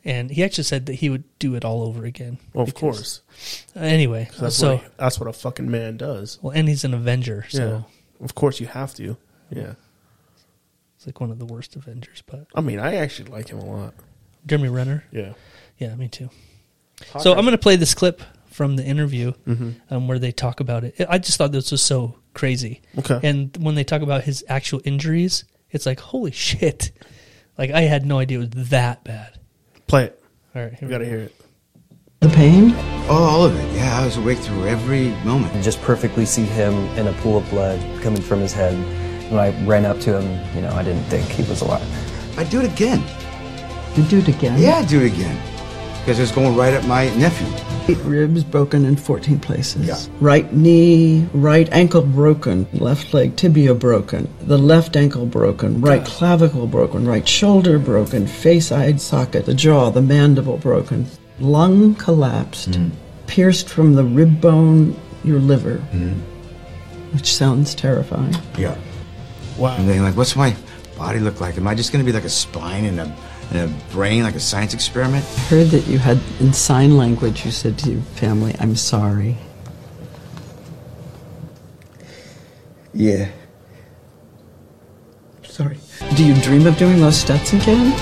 and he actually said that he would do it all over again. Well, of because- course. Anyway, That's so what a- that's what a fucking man does. well, and he's an Avenger, so yeah. Of course you have to. Yeah. it's like one of the worst Avengers. But I mean, I actually like him a lot. Jeremy Renner, Yeah. yeah, me too. So I'm going to play this clip from the interview Mm-hmm. um, where they talk about it. I just thought this was so crazy. Okay. And when they talk about his actual injuries, it's like holy shit! Like I had no idea it was that bad. Play it. All right, We here we got to go. hear it. The pain? Oh, all of it. Yeah, I was awake through every moment. I just perfectly see him in a pool of blood coming from his head. When I ran up to him, you know, I didn't think he was alive. I'd do it again. You do it again? Yeah, I'd do it again. Because it's going right up my nephew. Eight ribs broken in 14 places. Right knee, right ankle broken, left leg tibia broken, the left ankle broken, right clavicle broken, right shoulder broken, face eye socket, the jaw, the mandible broken, lung collapsed, pierced from the rib bone, your liver, which sounds terrifying. Yeah. Wow. And then like, what's my body look like? Am I just going to be like a spine and a, and a brain, like a science experiment? I heard that you had, in sign language, you said to your family, I'm sorry. Yeah. Sorry. Do you dream of doing those stunts again?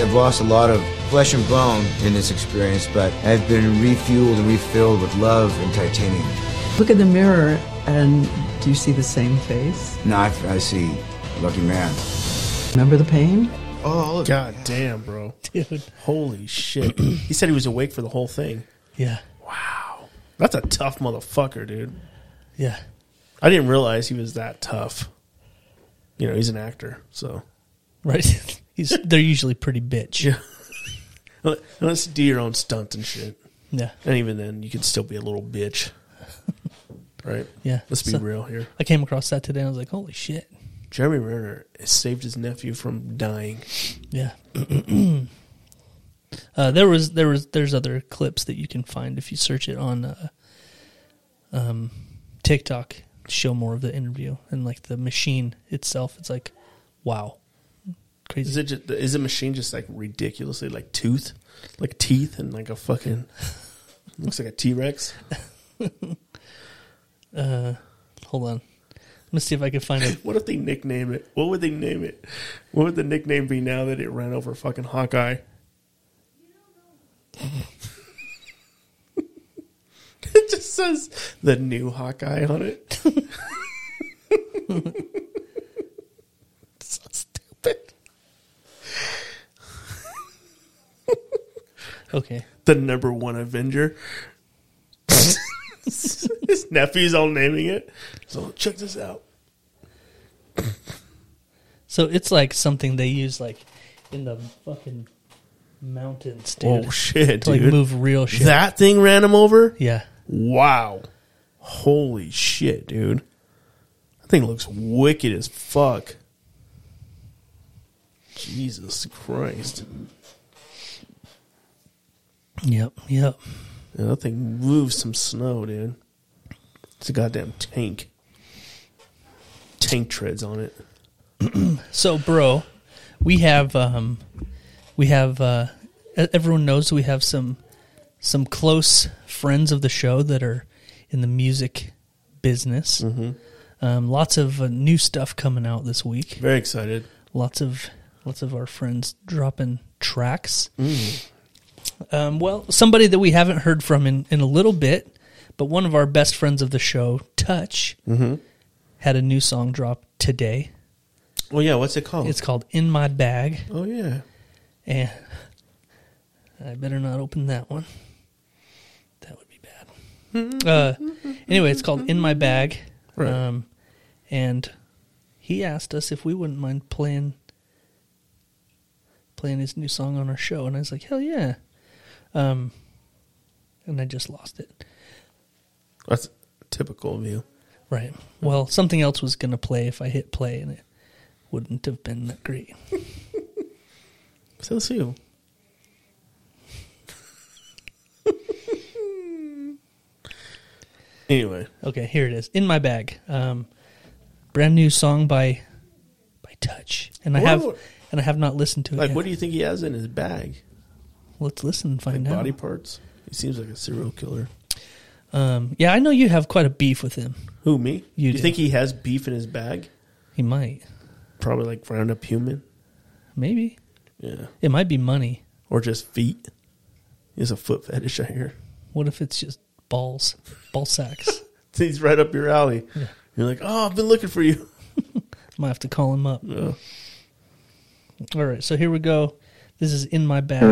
I've lost a lot of flesh and bone in this experience, but I've been refueled and refilled with love and titanium. Look in the mirror and do you see the same face? Now I, I see a lucky man. Remember the pain? Oh, God damn, bro. Dude. Holy shit. he said he was awake for the whole thing. Yeah, That's a tough motherfucker, dude. yeah. I didn't realize he was that tough. You know, he's an actor, so Right. He's they're usually pretty bitch. Yeah. unless you do your own stunts and shit, Yeah. and even then, you can still be a little bitch, right? Yeah. Let's be So- real here. I came across that today and I was like, holy shit. Jeremy Renner has saved his nephew from dying. Yeah. uh, there was there was there's other clips that you can find if you search it on uh, um, TikTok. Show more of the interview and like the machine itself. It's like, wow, crazy. Is it just, is the machine just like ridiculously like tooth, like teeth, and like a fucking looks like a T Rex? Uh, hold on, let me see if I can find it. What if they nickname it? What would they name it? What would the nickname be now that it ran over fucking Hawkeye? it just says the new Hawkeye on it. so stupid. Okay, The number one Avenger. His nephew's all naming it. So check this out. so it's like something they use like in the fucking mountains, dude. Oh shit, to like dude. move real shit. That thing ran him over? yeah. Wow. Holy shit, dude. That thing looks wicked as fuck. Jesus Christ. Yep. Yep. Yeah, that thing moves some snow, dude. It's a goddamn tank. Tank treads on it. So, bro, we have um, we have uh, e- everyone knows we have some some close friends of the show that are in the music business. Um, lots of uh, new stuff coming out this week. Very excited. Lots of lots of our friends dropping tracks. Um, well, somebody that we haven't heard from in, in a little bit, but one of our best friends of the show, Touch, had a new song drop today. Oh yeah, what's it called? It's called In My Bag. oh yeah. And I better not open that one. That would be bad. Uh, anyway, it's called In My Bag. Right. Um, and he asked us if we wouldn't mind playing playing his new song on our show, and I was like, hell yeah. Um, and I just lost it. That's typical of you. Right. Well, something else was gonna play if I hit play, and it wouldn't have been that great. So it's you. anyway. Okay, here it is. In my bag. Um, brand new song by by Touch. And I Whoa. have and I have not listened to it. Like, yet. what do you think he has in his bag? Let's listen and Like find out. body parts. He seems like a serial killer. Um, yeah, I know you have quite a beef with him. Who me? You do you do. think he has beef in his bag? He might. Probably like round up human. Maybe Yeah. it might be money. Or just feet. He has a foot fetish I hear. What if it's just balls, ball sacks? He's right up your alley. Yeah. You're like, oh, I've been looking for you. might have to call him up. Yeah. All right, so here we go. This is in my bag.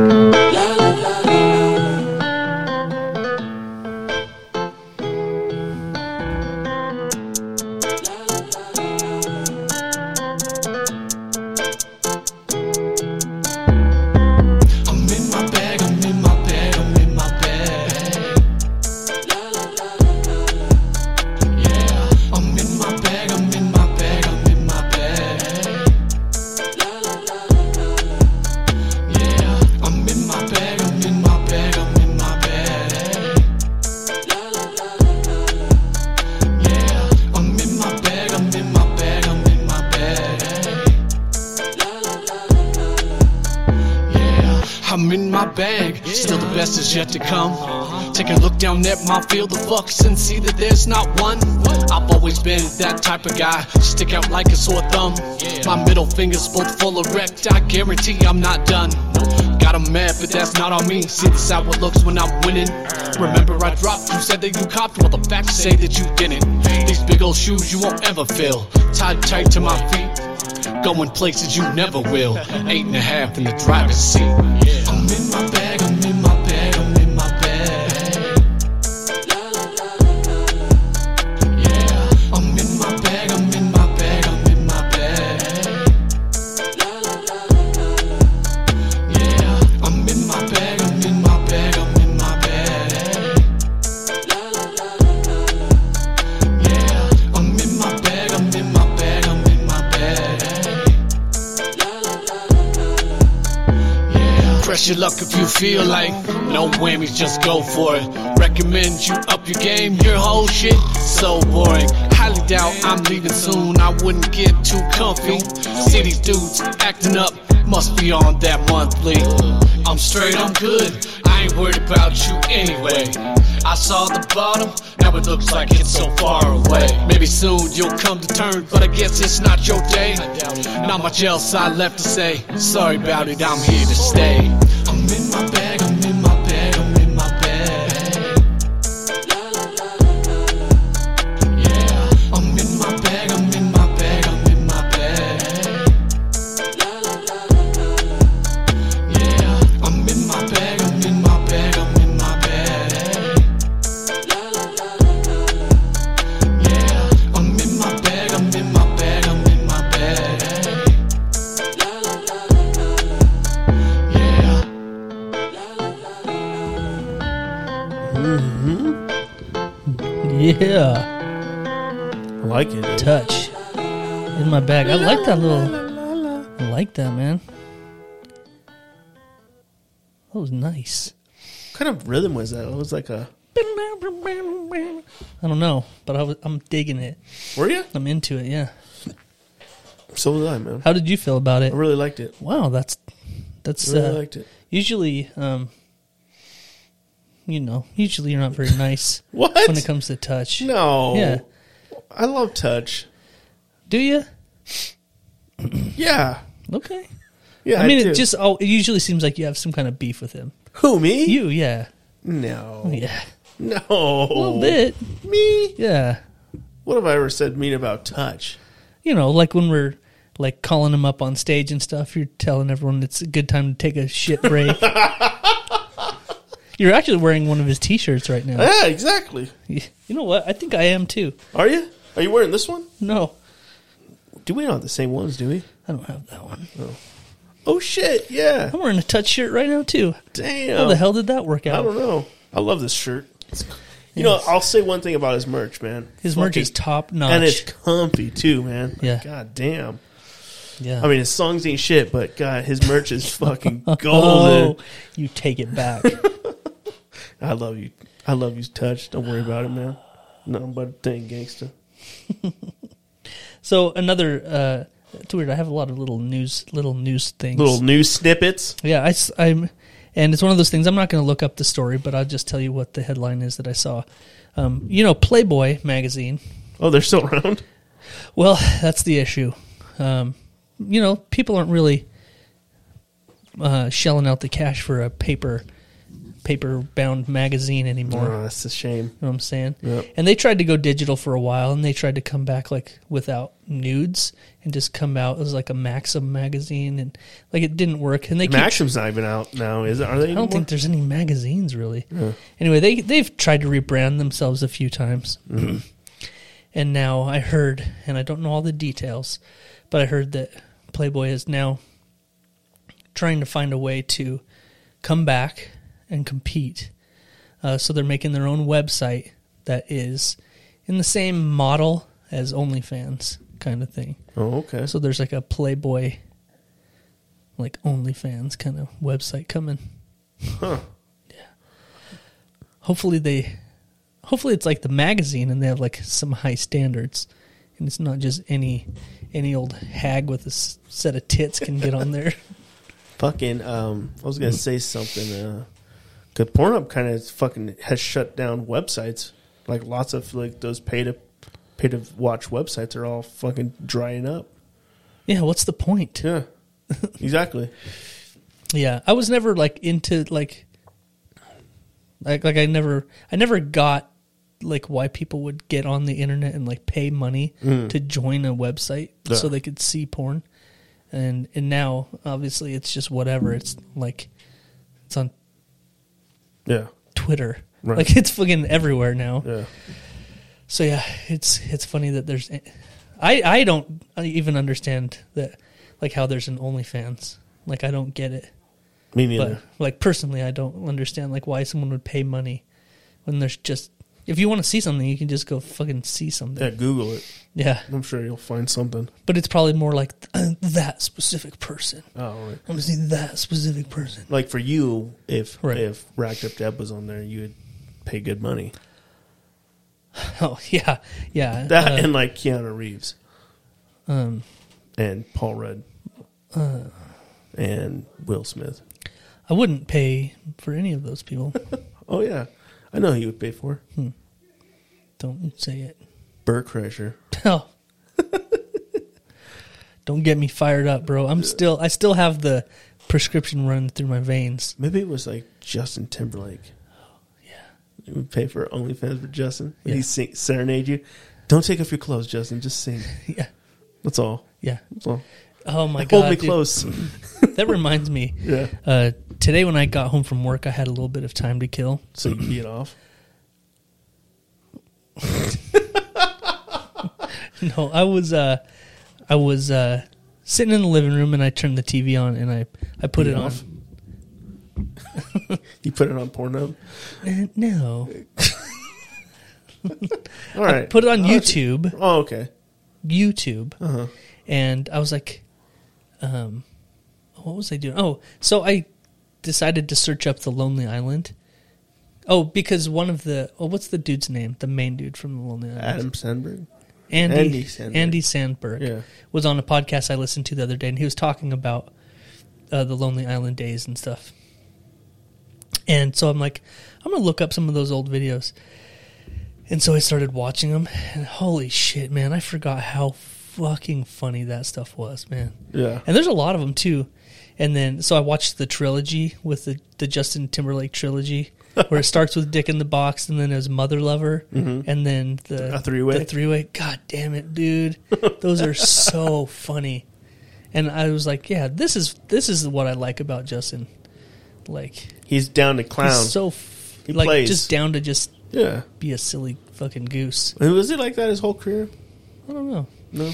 I'm in my bag, still the best is yet to come. Take a look down at my field of fucks and see that there's not one. I've always been that type of guy, stick out like a sore thumb. My middle finger's both full erect, I guarantee I'm not done. Got 'em mad, but that's not on me. See this how it looks when I'm winning. Remember, I dropped, you said that you copped, well, the facts say that you didn't. These big old shoes you won't ever fill, tied tight to my feet. Going places you never will. Eight and a half in the driver's seat. I'm in my bag, I'm in my bag, I'm in my bag. Yeah, I'm in my bag, I'm in my bag, I'm in my bag. Yeah, I'm in my bag, I'm in my bag, I'm in my bag. Yeah, I'm in my bag, I'm in my bag, I'm in my bag. Press your luck if you feel like no whammies, just go for it. Recommend you up your game, your whole shit so boring. Highly doubt I'm leaving soon, I wouldn't get too comfy. See these dudes acting up, must be on that monthly. I'm straight, I'm good, I ain't worried about you anyway. I saw the bottom, now it looks like it's so far away. Maybe soon you'll come to terms, but I guess it's not your day. Not much else I left to say. Sorry about it, I'm here to stay. I'm in my bag, I'm in my bag, I'm in my bag. Yeah, I'm in my bag, I'm in my bag, I'm in my bag. Yeah, I'm in my bag, I'm in my bag, I'm in my bag. Yeah, I'm in my bag, I'm in my bag, I'm in my bag. Mm-hmm. yeah, I like it. dude. touch in my bag. I like that little. I like that man. That was nice. What kind of rhythm was that? It was like a. I don't know, but I was, I'm digging it. Were you? I'm into it. Yeah. So was I, man. How did you feel about it? I really liked it. Wow, that's that's I really uh, liked it. Usually, um, you know, usually you're not very nice What? when it comes to touch. No. yeah, I love touch. do you? Yeah. Okay. Yeah. I mean, do. it just oh, it usually seems like you have some kind of beef with him. Who, me? You, yeah, No. yeah, No. a little bit. Oh. Me? Yeah, What have I ever said mean about touch? you know, like when we're like calling him up on stage and stuff, you're telling everyone it's a good time to take a shit break. you're actually wearing one of his T-shirts right now. Yeah, exactly. You know what? I think I am too. Are you? Are you wearing this one? No, Do we not have the same ones, do we? I don't have that one. Oh, shit. Yeah. I'm wearing a touch shirt right now too. Damn. How the hell did that work out? Oh. I don't know. I love this shirt. You know, I'll say one thing about his merch, man. His merch Fucking- is top notch. and it's comfy too, man. Yeah. God damn. Yeah. I mean, his songs ain't shit, but God, his merch is fucking Oh, golden. you take it back. I love you. I love you, touch. Don't worry about it, man. Nothing but a thing, gangsta. so another uh, It's weird. I have a lot of little news, little news things, Little news snippets. Yeah, I, am and it's one of those things. I'm not going to look up the story, but I'll just tell you what the headline is that I saw. Um, you know, Playboy magazine. Oh, they're still around. Well, that's the issue. Um, you know, people aren't really uh, shelling out the cash for a paper paper bound magazine anymore. Oh, that's a shame. You know what I'm saying? Yep. And they tried to go digital for a while, and they tried to come back like without nudes and just come out as like a Maxim magazine, and like it didn't work. And they keep- Maxim's not even out now, is it? Are they? I don't anymore? think there's any magazines really. Yeah. Anyway, they they've tried to rebrand themselves a few times, Mhm. and now I heard, and I don't know all the details, but I heard that Playboy is now trying to find a way to come back and compete. Uh, so they're making their own website that is in the same model as OnlyFans kind of thing. Oh, okay. So there's like a Playboy, like OnlyFans kind of website coming. Huh. hopefully they hopefully it's like the magazine and they have like some high standards and it's not just any any old hag with a s- set of tits can get on there Fucking. Um, I was gonna say something. Uh, cause Pornhub kind of fucking has shut down websites. Like lots of like those pay to pay to watch websites are all fucking drying up. yeah what's the point yeah Exactly. yeah i was never like into like like like i never i never got like why people would get on the internet and like pay money Mm. to join a website Yeah. so they could see porn and and now obviously it's just whatever it's like it's on Yeah. Twitter. Right. Like it's fucking everywhere now. Yeah. So yeah, it's it's funny that there's I I don't even understand that like how there's an OnlyFans. Like I don't get it. Me neither. But, like personally I don't understand like why someone would pay money when there's just if you want to see something you can just go fucking see something. Yeah, Google it. Yeah. I'm sure you'll find something. But it's probably more like that specific person. Oh, right. I'm gonna see that specific person. Like for you, if if Racked Up Deb was on there, you would pay good money. Oh yeah, yeah. That uh, and like Keanu Reeves um, and Paul Rudd uh, and Will Smith. I wouldn't pay for any of those people. Oh yeah, I know who you would pay for Hmm. Don't say it. Burt Kreischer. No. Don't get me fired up, bro. I'm still I still have the prescription running through my veins. Maybe it was like Justin Timberlake. You would pay for OnlyFans for Justin. Would He Yeah. sing, serenade you. Don't take off your clothes, Justin. Just sing. Yeah. That's all. Yeah. That's all. Oh my Hold god. me dude. close. that reminds me. Yeah. Uh, today when I got home from work, I had a little bit of time to kill. So you beat off. no, I was uh, I was uh, sitting in the living room and I turned the TV on and I I put Beat it off? You put it on Pornhub. on. Uh, no. All right. I put it on Oh, it's- YouTube. Oh, okay. YouTube. Uh-huh. And I was like, um, what was I doing? Oh, so I decided to search up the Lonely Island. Oh, because one of the oh, what's the dude's name? The main dude from the Lonely Island. Adam Sandberg. Andy Andy Andy Sandberg. Sandberg, Yeah. was on a podcast I listened to the other day, and he was talking about uh, the Lonely Island days and stuff. And so I'm like, I'm gonna look up some of those old videos. And so I started watching them, and holy shit, man! I forgot how fucking funny that stuff was, man. Yeah. And there's a lot of them too. And then so I watched the trilogy with the the Justin Timberlake trilogy. where it starts with Dick in the Box, and then his mother lover, Mhm. and then the A three-way? the three way. God damn it, dude! Those are so funny. And I was like, yeah, this is this is what I like about Justin. Like He's down to clown. he's so f- He like plays. just down to just Yeah. be a silly fucking goose. And was it like that his whole career? I don't know. No. I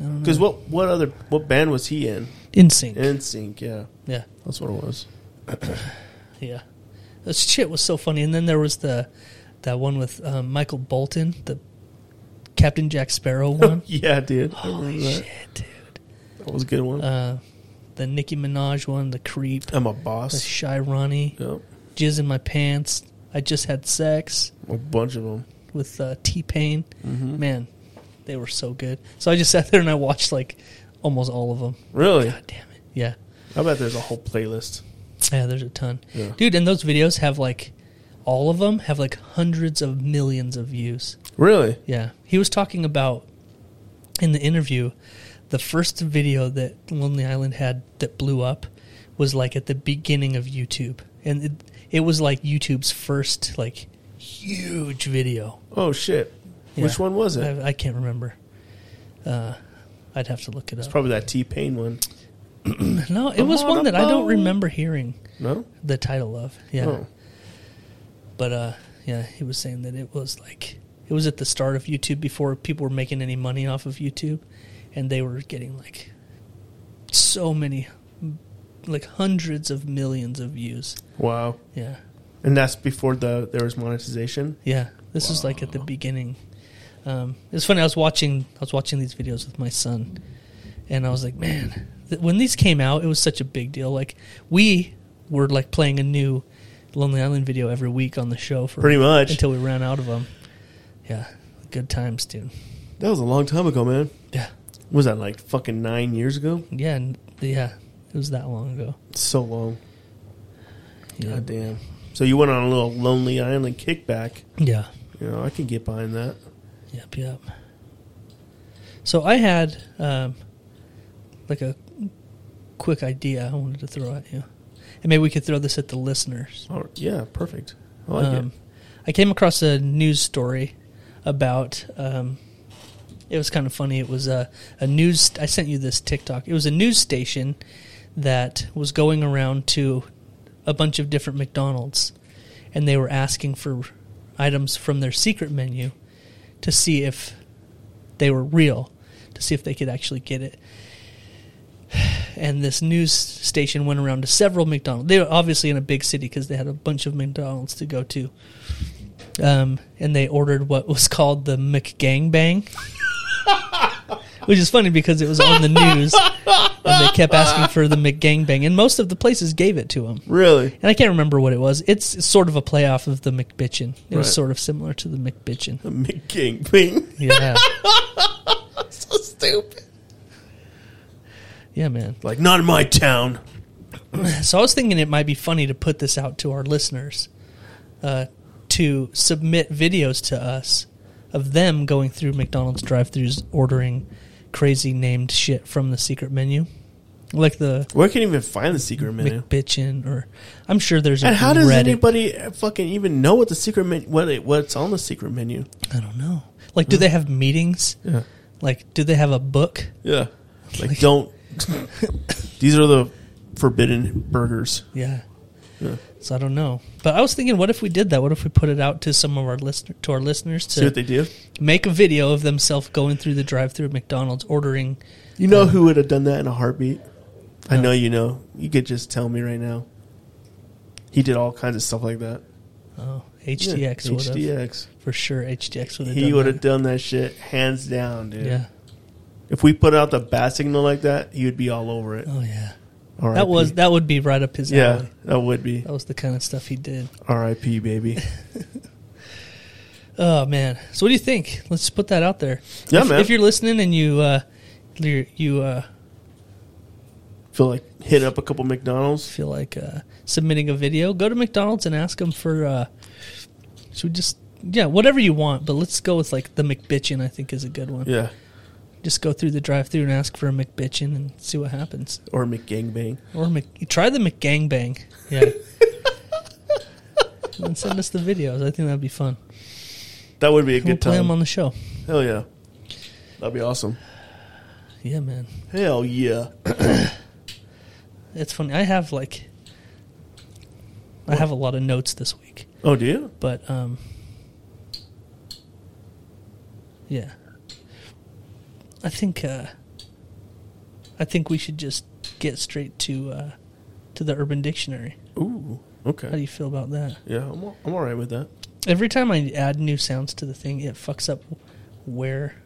don't know. Because what what other what band was he in? NSYNC. NSYNC, yeah, Yeah. that's what it was. Yeah, that shit was so funny. And then there was the that one with um, Michael Bolton, the Captain Jack Sparrow one. yeah, dude, I Holy remember that. Oh, shit, dude. That was a good one. Uh, the Nicki Minaj one, the Creep. I'm a boss. The Shy Ronnie. Yep. Jizz in my pants. I just had sex a bunch of them. with uh, T Pain. Mhm. Man, they were so good. So I just sat there and I watched like almost all of them. Really? God damn it. Yeah. I bet there's a whole playlist. Yeah, there's a ton. Yeah. Dude, and those videos have like all of them have like hundreds of millions of views. Really? Yeah. He was talking about in the interview the first video that Lonely Island had that blew up was like at the beginning of YouTube. And it, it was like YouTube's first like huge video. Oh shit! Which one was it? I, I can't remember. Uh, I'd have to look it It's up. probably that T Pain one. no, it was I'm on one a that I don't boat. remember hearing. No? the title of yeah. Oh. But uh, yeah, he was saying that it was like it was at the start of YouTube before people were making any money off of YouTube, and they were getting like so many, like hundreds of millions of views. Wow. Yeah. And that's before the there was monetization. Yeah, this was like at the beginning. Um, it's funny. I was watching. I was watching these videos with my son, and I was like, "Man, th- when these came out, it was such a big deal. Like, we were like playing a new Lonely Island video every week on the show for Pretty much. until we ran out of them. Yeah, good times, dude. That was a long time ago, man. Yeah. Was that like fucking nine years ago? Yeah, and yeah, it was that long ago. So long. Yeah. God damn. So you went on a little Lonely Island kickback. Yeah. You know, I can get behind that. Yep, yep. So I had um, like a quick idea I wanted to throw at you, and maybe we could throw this at the listeners. Oh, yeah, perfect. I like Um, it. I came across a news story about. Um, it was kind of funny. It was a, a news. I sent you this TikTok. It was a news station that was going around to a bunch of different McDonald's, and they were asking for items from their secret menu to see if they were real, to see if they could actually get it and this news station went around to several McDonald's. They were obviously in a big city because they had a bunch of McDonald's to go to. Um, and they ordered what was called the McGangbang, which is funny because it was on the news, and they kept asking for the McGangbang, and most of the places gave it to them. Really? And I can't remember what it was. It's sort of a playoff of the McBitchin. It was Right. sort of similar to the McBitchin. The McGangbang. Yeah. so stupid. Yeah, man. Like not in my town. so I was thinking it might be funny to put this out to our listeners uh, to submit videos to us of them going through McDonald's drive-throughs ordering crazy named shit from the secret menu, like the Where can you even find the secret menu? McBitchin, or I'm sure there's a and how does Reddit. anybody fucking even know what the secret menu? What it, what's on the secret menu? I don't know. Like, do they have meetings? Yeah. Like, do they have a book? Yeah, like don't. these are the forbidden burgers. Yeah. Yeah. So I don't know, but I was thinking, what if we did that? What if we put it out to some of our listener to our listeners to See what they do? Make a video of themselves going through the drive-through at McDonald's ordering. You know who would have done that in a heartbeat? I know you know. You could just tell me right now. He did all kinds of stuff like that. Oh, HTX Yeah, would have HTX. for sure. HTX would have. He done would that. have done that shit hands down, dude. Yeah. If we put out the bat signal like that, he would be all over it. Oh yeah. R.I.P. That was that would be right up his Yeah, alley. that would be. That was the kind of stuff he did. R.I.P. Baby. Oh man. So what do you think? Let's put that out there. Yeah, if, man. If you're listening and you uh, you're, you uh, Feel like hit up a couple McDonald's. Feel like uh, submitting a video, go to McDonald's and ask them for. Uh, should we just yeah, whatever you want, but let's go with like the McBitchin. I think is a good one. Yeah. Just go through the drive-through and ask for a McBitchin and see what happens. or McGangbang. Or Mc, try the McGangbang. Yeah. and send us the videos. I think that'd be fun. That would be a good we'll time. play them on the show. Hell yeah. That'd be awesome. Yeah, man. Hell yeah. It's funny. I have like, I have a lot of notes this week. Oh, do you? But um, yeah. I think uh, I think we should just get straight to uh, to the Urban Dictionary. Ooh, okay. How do you feel about that? Yeah, I'm, all- I'm all right with that. Every time I add new sounds to the thing, it fucks up where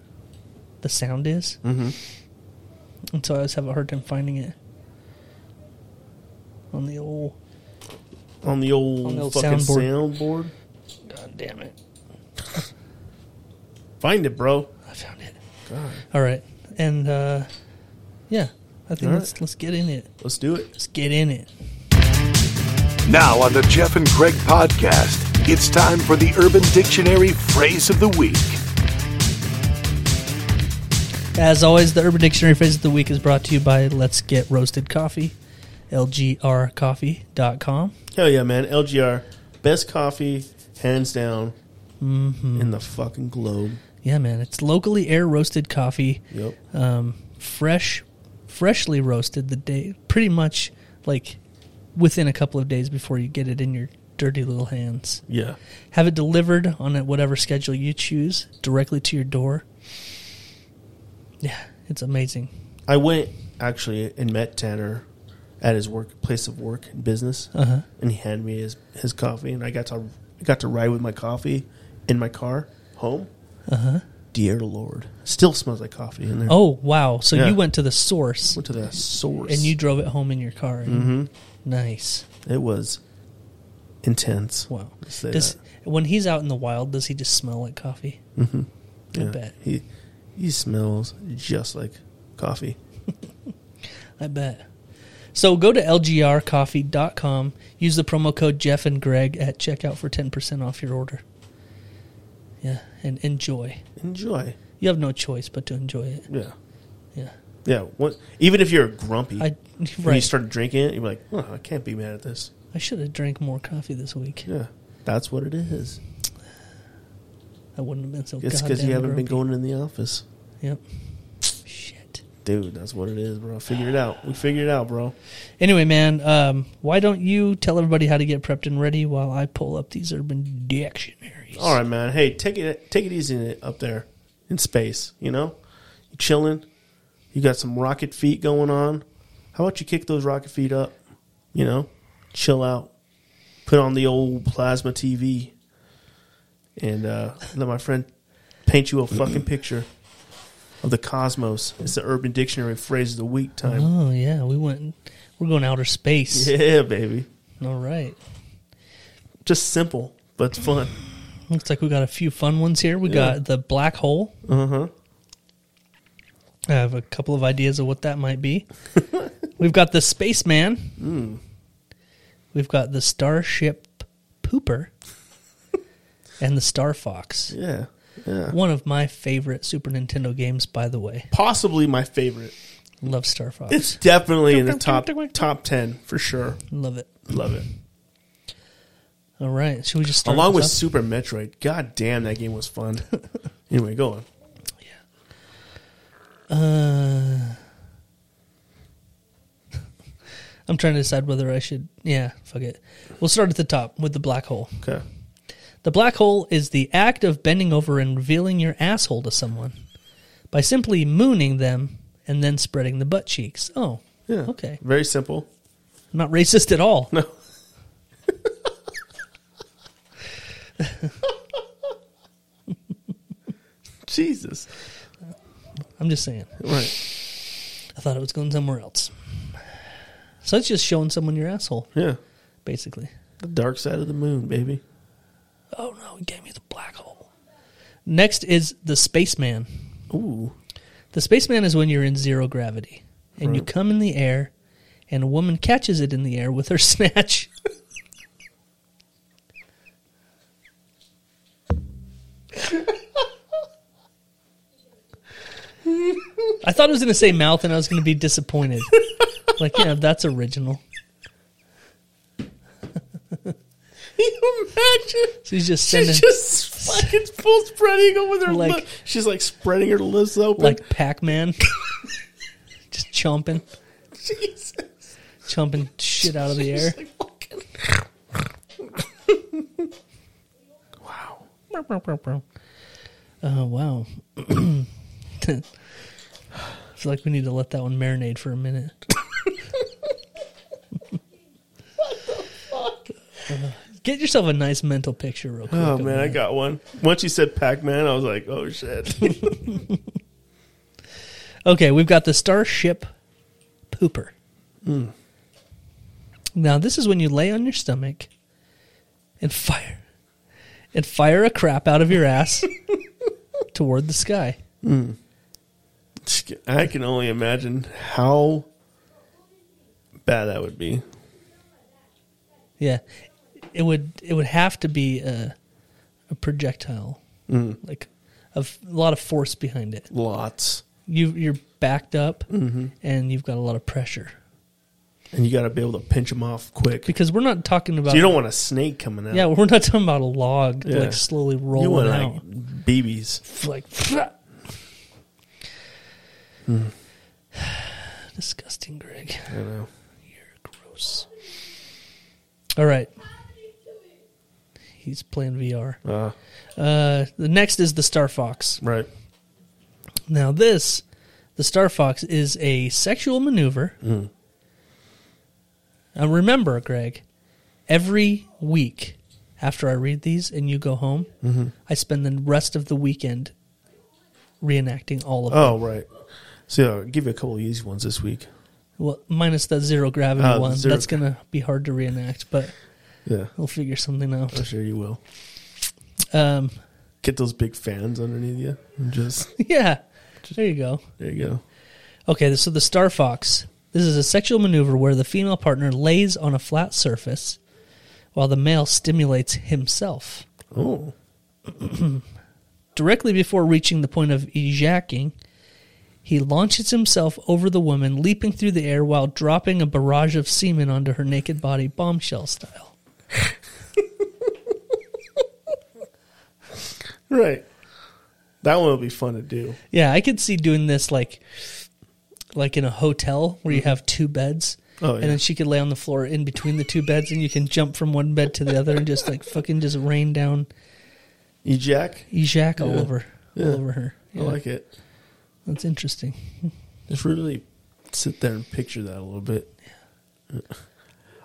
the sound is, Mm-hmm. and so I always have a hard time finding it on the old On the old, fucking soundboard. God damn it! Find it, bro. I found it. God. All right, and uh, Yeah, I think All let's let's get in it. Let's do it. Let's get in it. Now on the Jeff and Greg podcast, it's time for the Urban Dictionary phrase of the week. As always, the Urban Dictionary phrase of the week is brought to you by Let's Get Roasted Coffee, lgrcoffee.com. Hell yeah, man. LGR, best coffee, hands down, Mhm. in the fucking globe. Yeah, man, it's locally air roasted coffee. Yep. Um, fresh, freshly roasted the day, pretty much like within a couple of days before you get it in your dirty little hands. Yeah. Have it delivered on a- whatever schedule you choose directly to your door. Yeah, it's amazing. I went actually and met Tanner at his work place of work and business, Uh-huh. and he handed me his, his coffee, and I got to I got to ride with my coffee in my car home. Uh-huh. Dear Lord, still smells like coffee in there. Oh wow! So Yeah. you went to the source. Went to the source. and you drove it home in your car. Mhm. Nice. It was intense. Wow. Let's say Does that. when he's out in the wild, does he just smell like coffee? Mhm. I Yeah. bet. he he smells just like coffee. I bet. So go to lgrcoffee.com. Use the promo code Jeff and Greg at checkout for ten percent off your order. Yeah, and enjoy. Enjoy. You have no choice but to enjoy it. Yeah. Yeah. Yeah, what, even if you're grumpy, I- when you right. start drinking it, you're like, oh, I can't be mad at this. I should have drank more coffee this week. Yeah, that's what it is. I wouldn't have been so. it's because you goddamn haven't been grumpy. going in the office, Yep. dude. That's what it is, bro. Figure it out. We figured it out, bro. Anyway, man, um, why don't you tell everybody how to get prepped and ready while I pull up these urban dictionaries? All right, man. Hey, take it take it easy up there in space. You know, you chilling. You got some rocket feet going on. How about you kick those rocket feet up? You know, chill out. Put on the old plasma TV, and uh, let my friend paint you a fucking picture of the cosmos. It's the Urban Dictionary phrase of the week time. Oh yeah, we went. We're going outer space. Yeah, baby. All right. Just simple, but fun. Looks like we got a few fun ones here. We Yeah. got the black hole. Uh huh. I have a couple of ideas of what that might be. We've got the spaceman. Hmm. We've got the starship pooper, and the star fox. Yeah, yeah. One of my favorite Super Nintendo games, by the way. Possibly my favorite. Love Star Fox. It's definitely in the top top ten for sure. Love it. Love it. All right, should we just start Along this with off? Super Metroid. God damn, that game was fun. anyway, go on. Uh, I'm trying to decide whether I should. Yeah, fuck it. We'll start at the top with the black hole. Okay. The black hole is the act of bending over and revealing your asshole to someone by simply mooning them and then spreading the butt cheeks. Oh, yeah. Okay. Very simple. Not racist at all. No. Jesus. I'm just saying. Right. I thought it was going somewhere else. So it's just showing someone your asshole. Yeah. Basically. The dark side of the moon, baby. Oh no, he gave me the black hole. Next is the spaceman. Ooh. The spaceman is when you're in zero gravity and you Right. come in the air and a woman catches it in the air with her snatch. I thought it was going to say mouth and I was going to be disappointed. like, yeah, that's original. you imagine? She's just sending- She's just fucking full spread eagle with her Like- like, She's like spreading her lips open. Like Pac Man. just chomping, Jesus. chomping shit out of the air. wow. Oh, wow. I feel like we need to let that one marinate for a minute. Uh, get yourself a nice mental picture, real quick. Oh of man, I that. got one. Once you said Pac Man, I was like, oh shit. Okay, we've got the Starship Pooper. Mm. Now, this is when you lay on your stomach and fire and fire a crap out of your ass toward the sky. Mm. I can only imagine how bad that would be. Yeah, it would it would have to be a, a projectile, Mhm. like a, f- a lot of force behind it. Lots. You you're backed up, Mhm. and you've got a lot of pressure. And you got to be able to pinch them off quick. Because we're not talking about So you don't want a snake coming out. Yeah, we're not talking about a log Yeah. like slowly You rolling want, out. like, BBs. like disgusting, Greg. I know. Gross. All right. He's playing VR. Uh. Uh, the next is the Star Fox. Right. Now this, the Star Fox is a sexual maneuver. Mm. And remember, Greg, every week after I read these and you go home, Mhm. I spend the rest of the weekend reenacting all of them. Oh, right. So yeah, I'll give you a couple of easy ones this week. Well, minus that zero gravity Oh, one, the zero That's going to be hard to reenact, but Yeah. we'll figure something out. I'm sure you will. Um, Get those big fans underneath you. And just yeah. There you go. there you go. Okay, so the Star Fox. This is a sexual maneuver where the female partner lays on a flat surface while the male stimulates himself. Oh. Directly before reaching the point of ejaculating, he launches himself over the woman, leaping through the air while dropping a barrage of semen onto her naked body, bombshell style. Right. That one will be fun to do. Yeah, I could see doing this like like in a hotel where you have two beds. Mm-hmm. Oh, And yeah. then she could lay on the floor in between the two beds and you can jump from one bed to the other and just like fucking just rain down Ejac? ejac all Yeah. over Yeah. all over her. I like it. That's interesting. Just really sit there and picture that a little bit.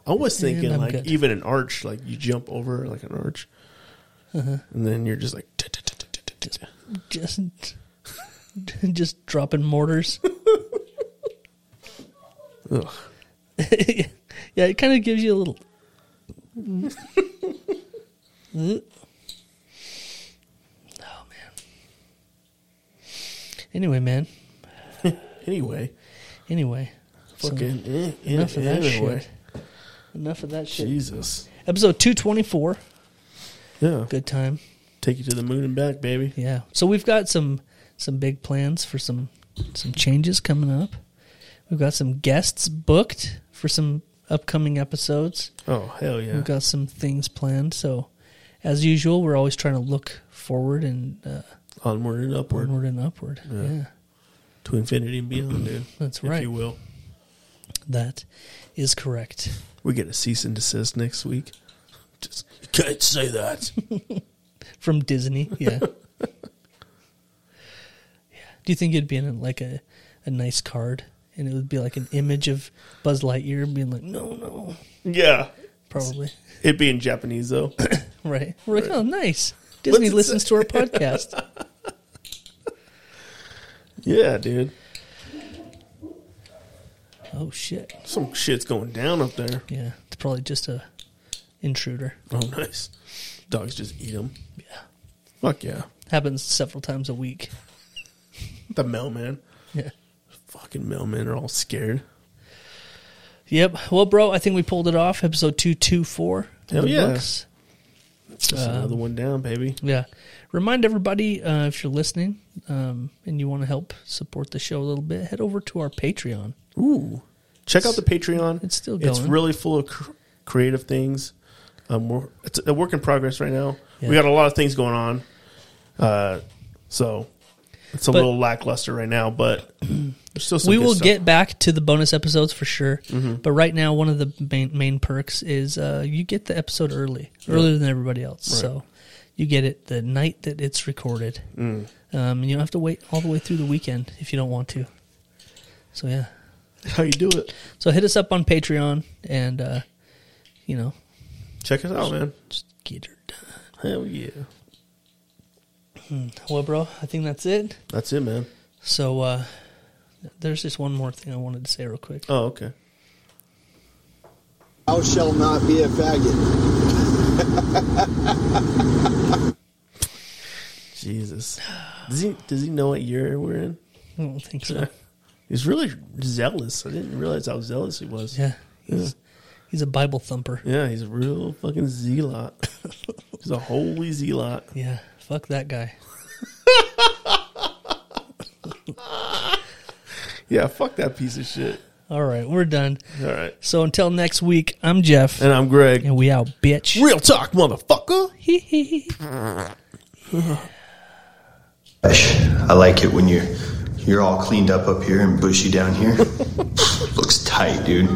I was And thinking I'm like good. even an arch, like you jump over like an arch, Uh-huh. and then you're just like "Tut-tut-tut-tut-tut-tut." Just just dropping mortars. Ugh. yeah, it kind of gives you a little. oh man. Anyway, man. anyway. Anyway. So, Fucking eh, eh, enough of that anyway. shit. Enough of that shit. Jesus. Episode two twenty four. Yeah. Good time. Take you to the moon and back, baby. Yeah. So we've got some some big plans for some some changes coming up. We've got some guests booked for some upcoming episodes. Oh, hell yeah. We've got some things planned. So as usual, we're always trying to look forward and uh, Onward and upward. onward and upward. Yeah. yeah. To infinity and beyond, dude. That's If right. you will. That is correct. We get a cease and desist next week. Just you can't say that. From Disney, yeah. yeah. Do you think it'd be in like a, a nice card and it would be like an image of Buzz Lightyear being like, No, no. yeah. Probably. It'd be in Japanese though. Right. We're like, Oh nice. Disney it listens to our podcast. yeah, dude. oh shit. Some shit's going down up there. Yeah. It's probably just a intruder. Oh, nice. Dogs just eat them. Yeah. Fuck yeah. Happens several times a week. The mailman. Yeah. Fucking mailmen are all scared. Yep. Well, bro, I think we pulled it off. Episode 224. in Hell the yeah. books. It's just Um, another one down, baby. Yeah. Remind everybody uh, if you're listening um, and you want to help support the show a little bit, head over to our Patreon. Ooh. Check out the Patreon. It's still It's going. really full of cr- creative things. Um, we're, it's a work in progress right now. We Yeah. got a lot of things going on. Uh, so it's a But- little lackluster right now, but there's still some we good will stuff. get back to the bonus episodes for sure. But right now, one of the main, main perks is uh, you get the episode early, Yeah. earlier than everybody else. Right. So you get it the night that it's recorded. Mm. Um, and you don't have to wait all the way through the weekend if you don't want to. So yeah, how you do it. So hit us up on Patreon and uh, you know Check us out, man. Just get her done. Hell yeah. Hmm. Well, bro, I think that's it. That's it, man. So uh, there's just one more thing I wanted to say real quick. Oh, okay. Thou shall not be a faggot. Jesus. Does he does he know what year we're in? I don't think so. He's really zealous. I didn't realize how zealous he was. Yeah. He's- he's a Bible thumper. Yeah, he's a real fucking zealot. he's a holy zealot. Yeah, fuck that guy. Yeah, fuck that piece of shit. All right, we're done. All right. So until next week, I'm Jeff. And I'm Greg. And we out, bitch. Real talk, motherfucker. I like it when you're you're all cleaned up up here and bushy down here. Looks tight, dude.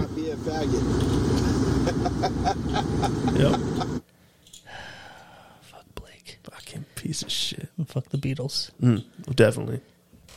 Yep. Fucking piece of shit. And fuck the Beatles. Mm, definitely.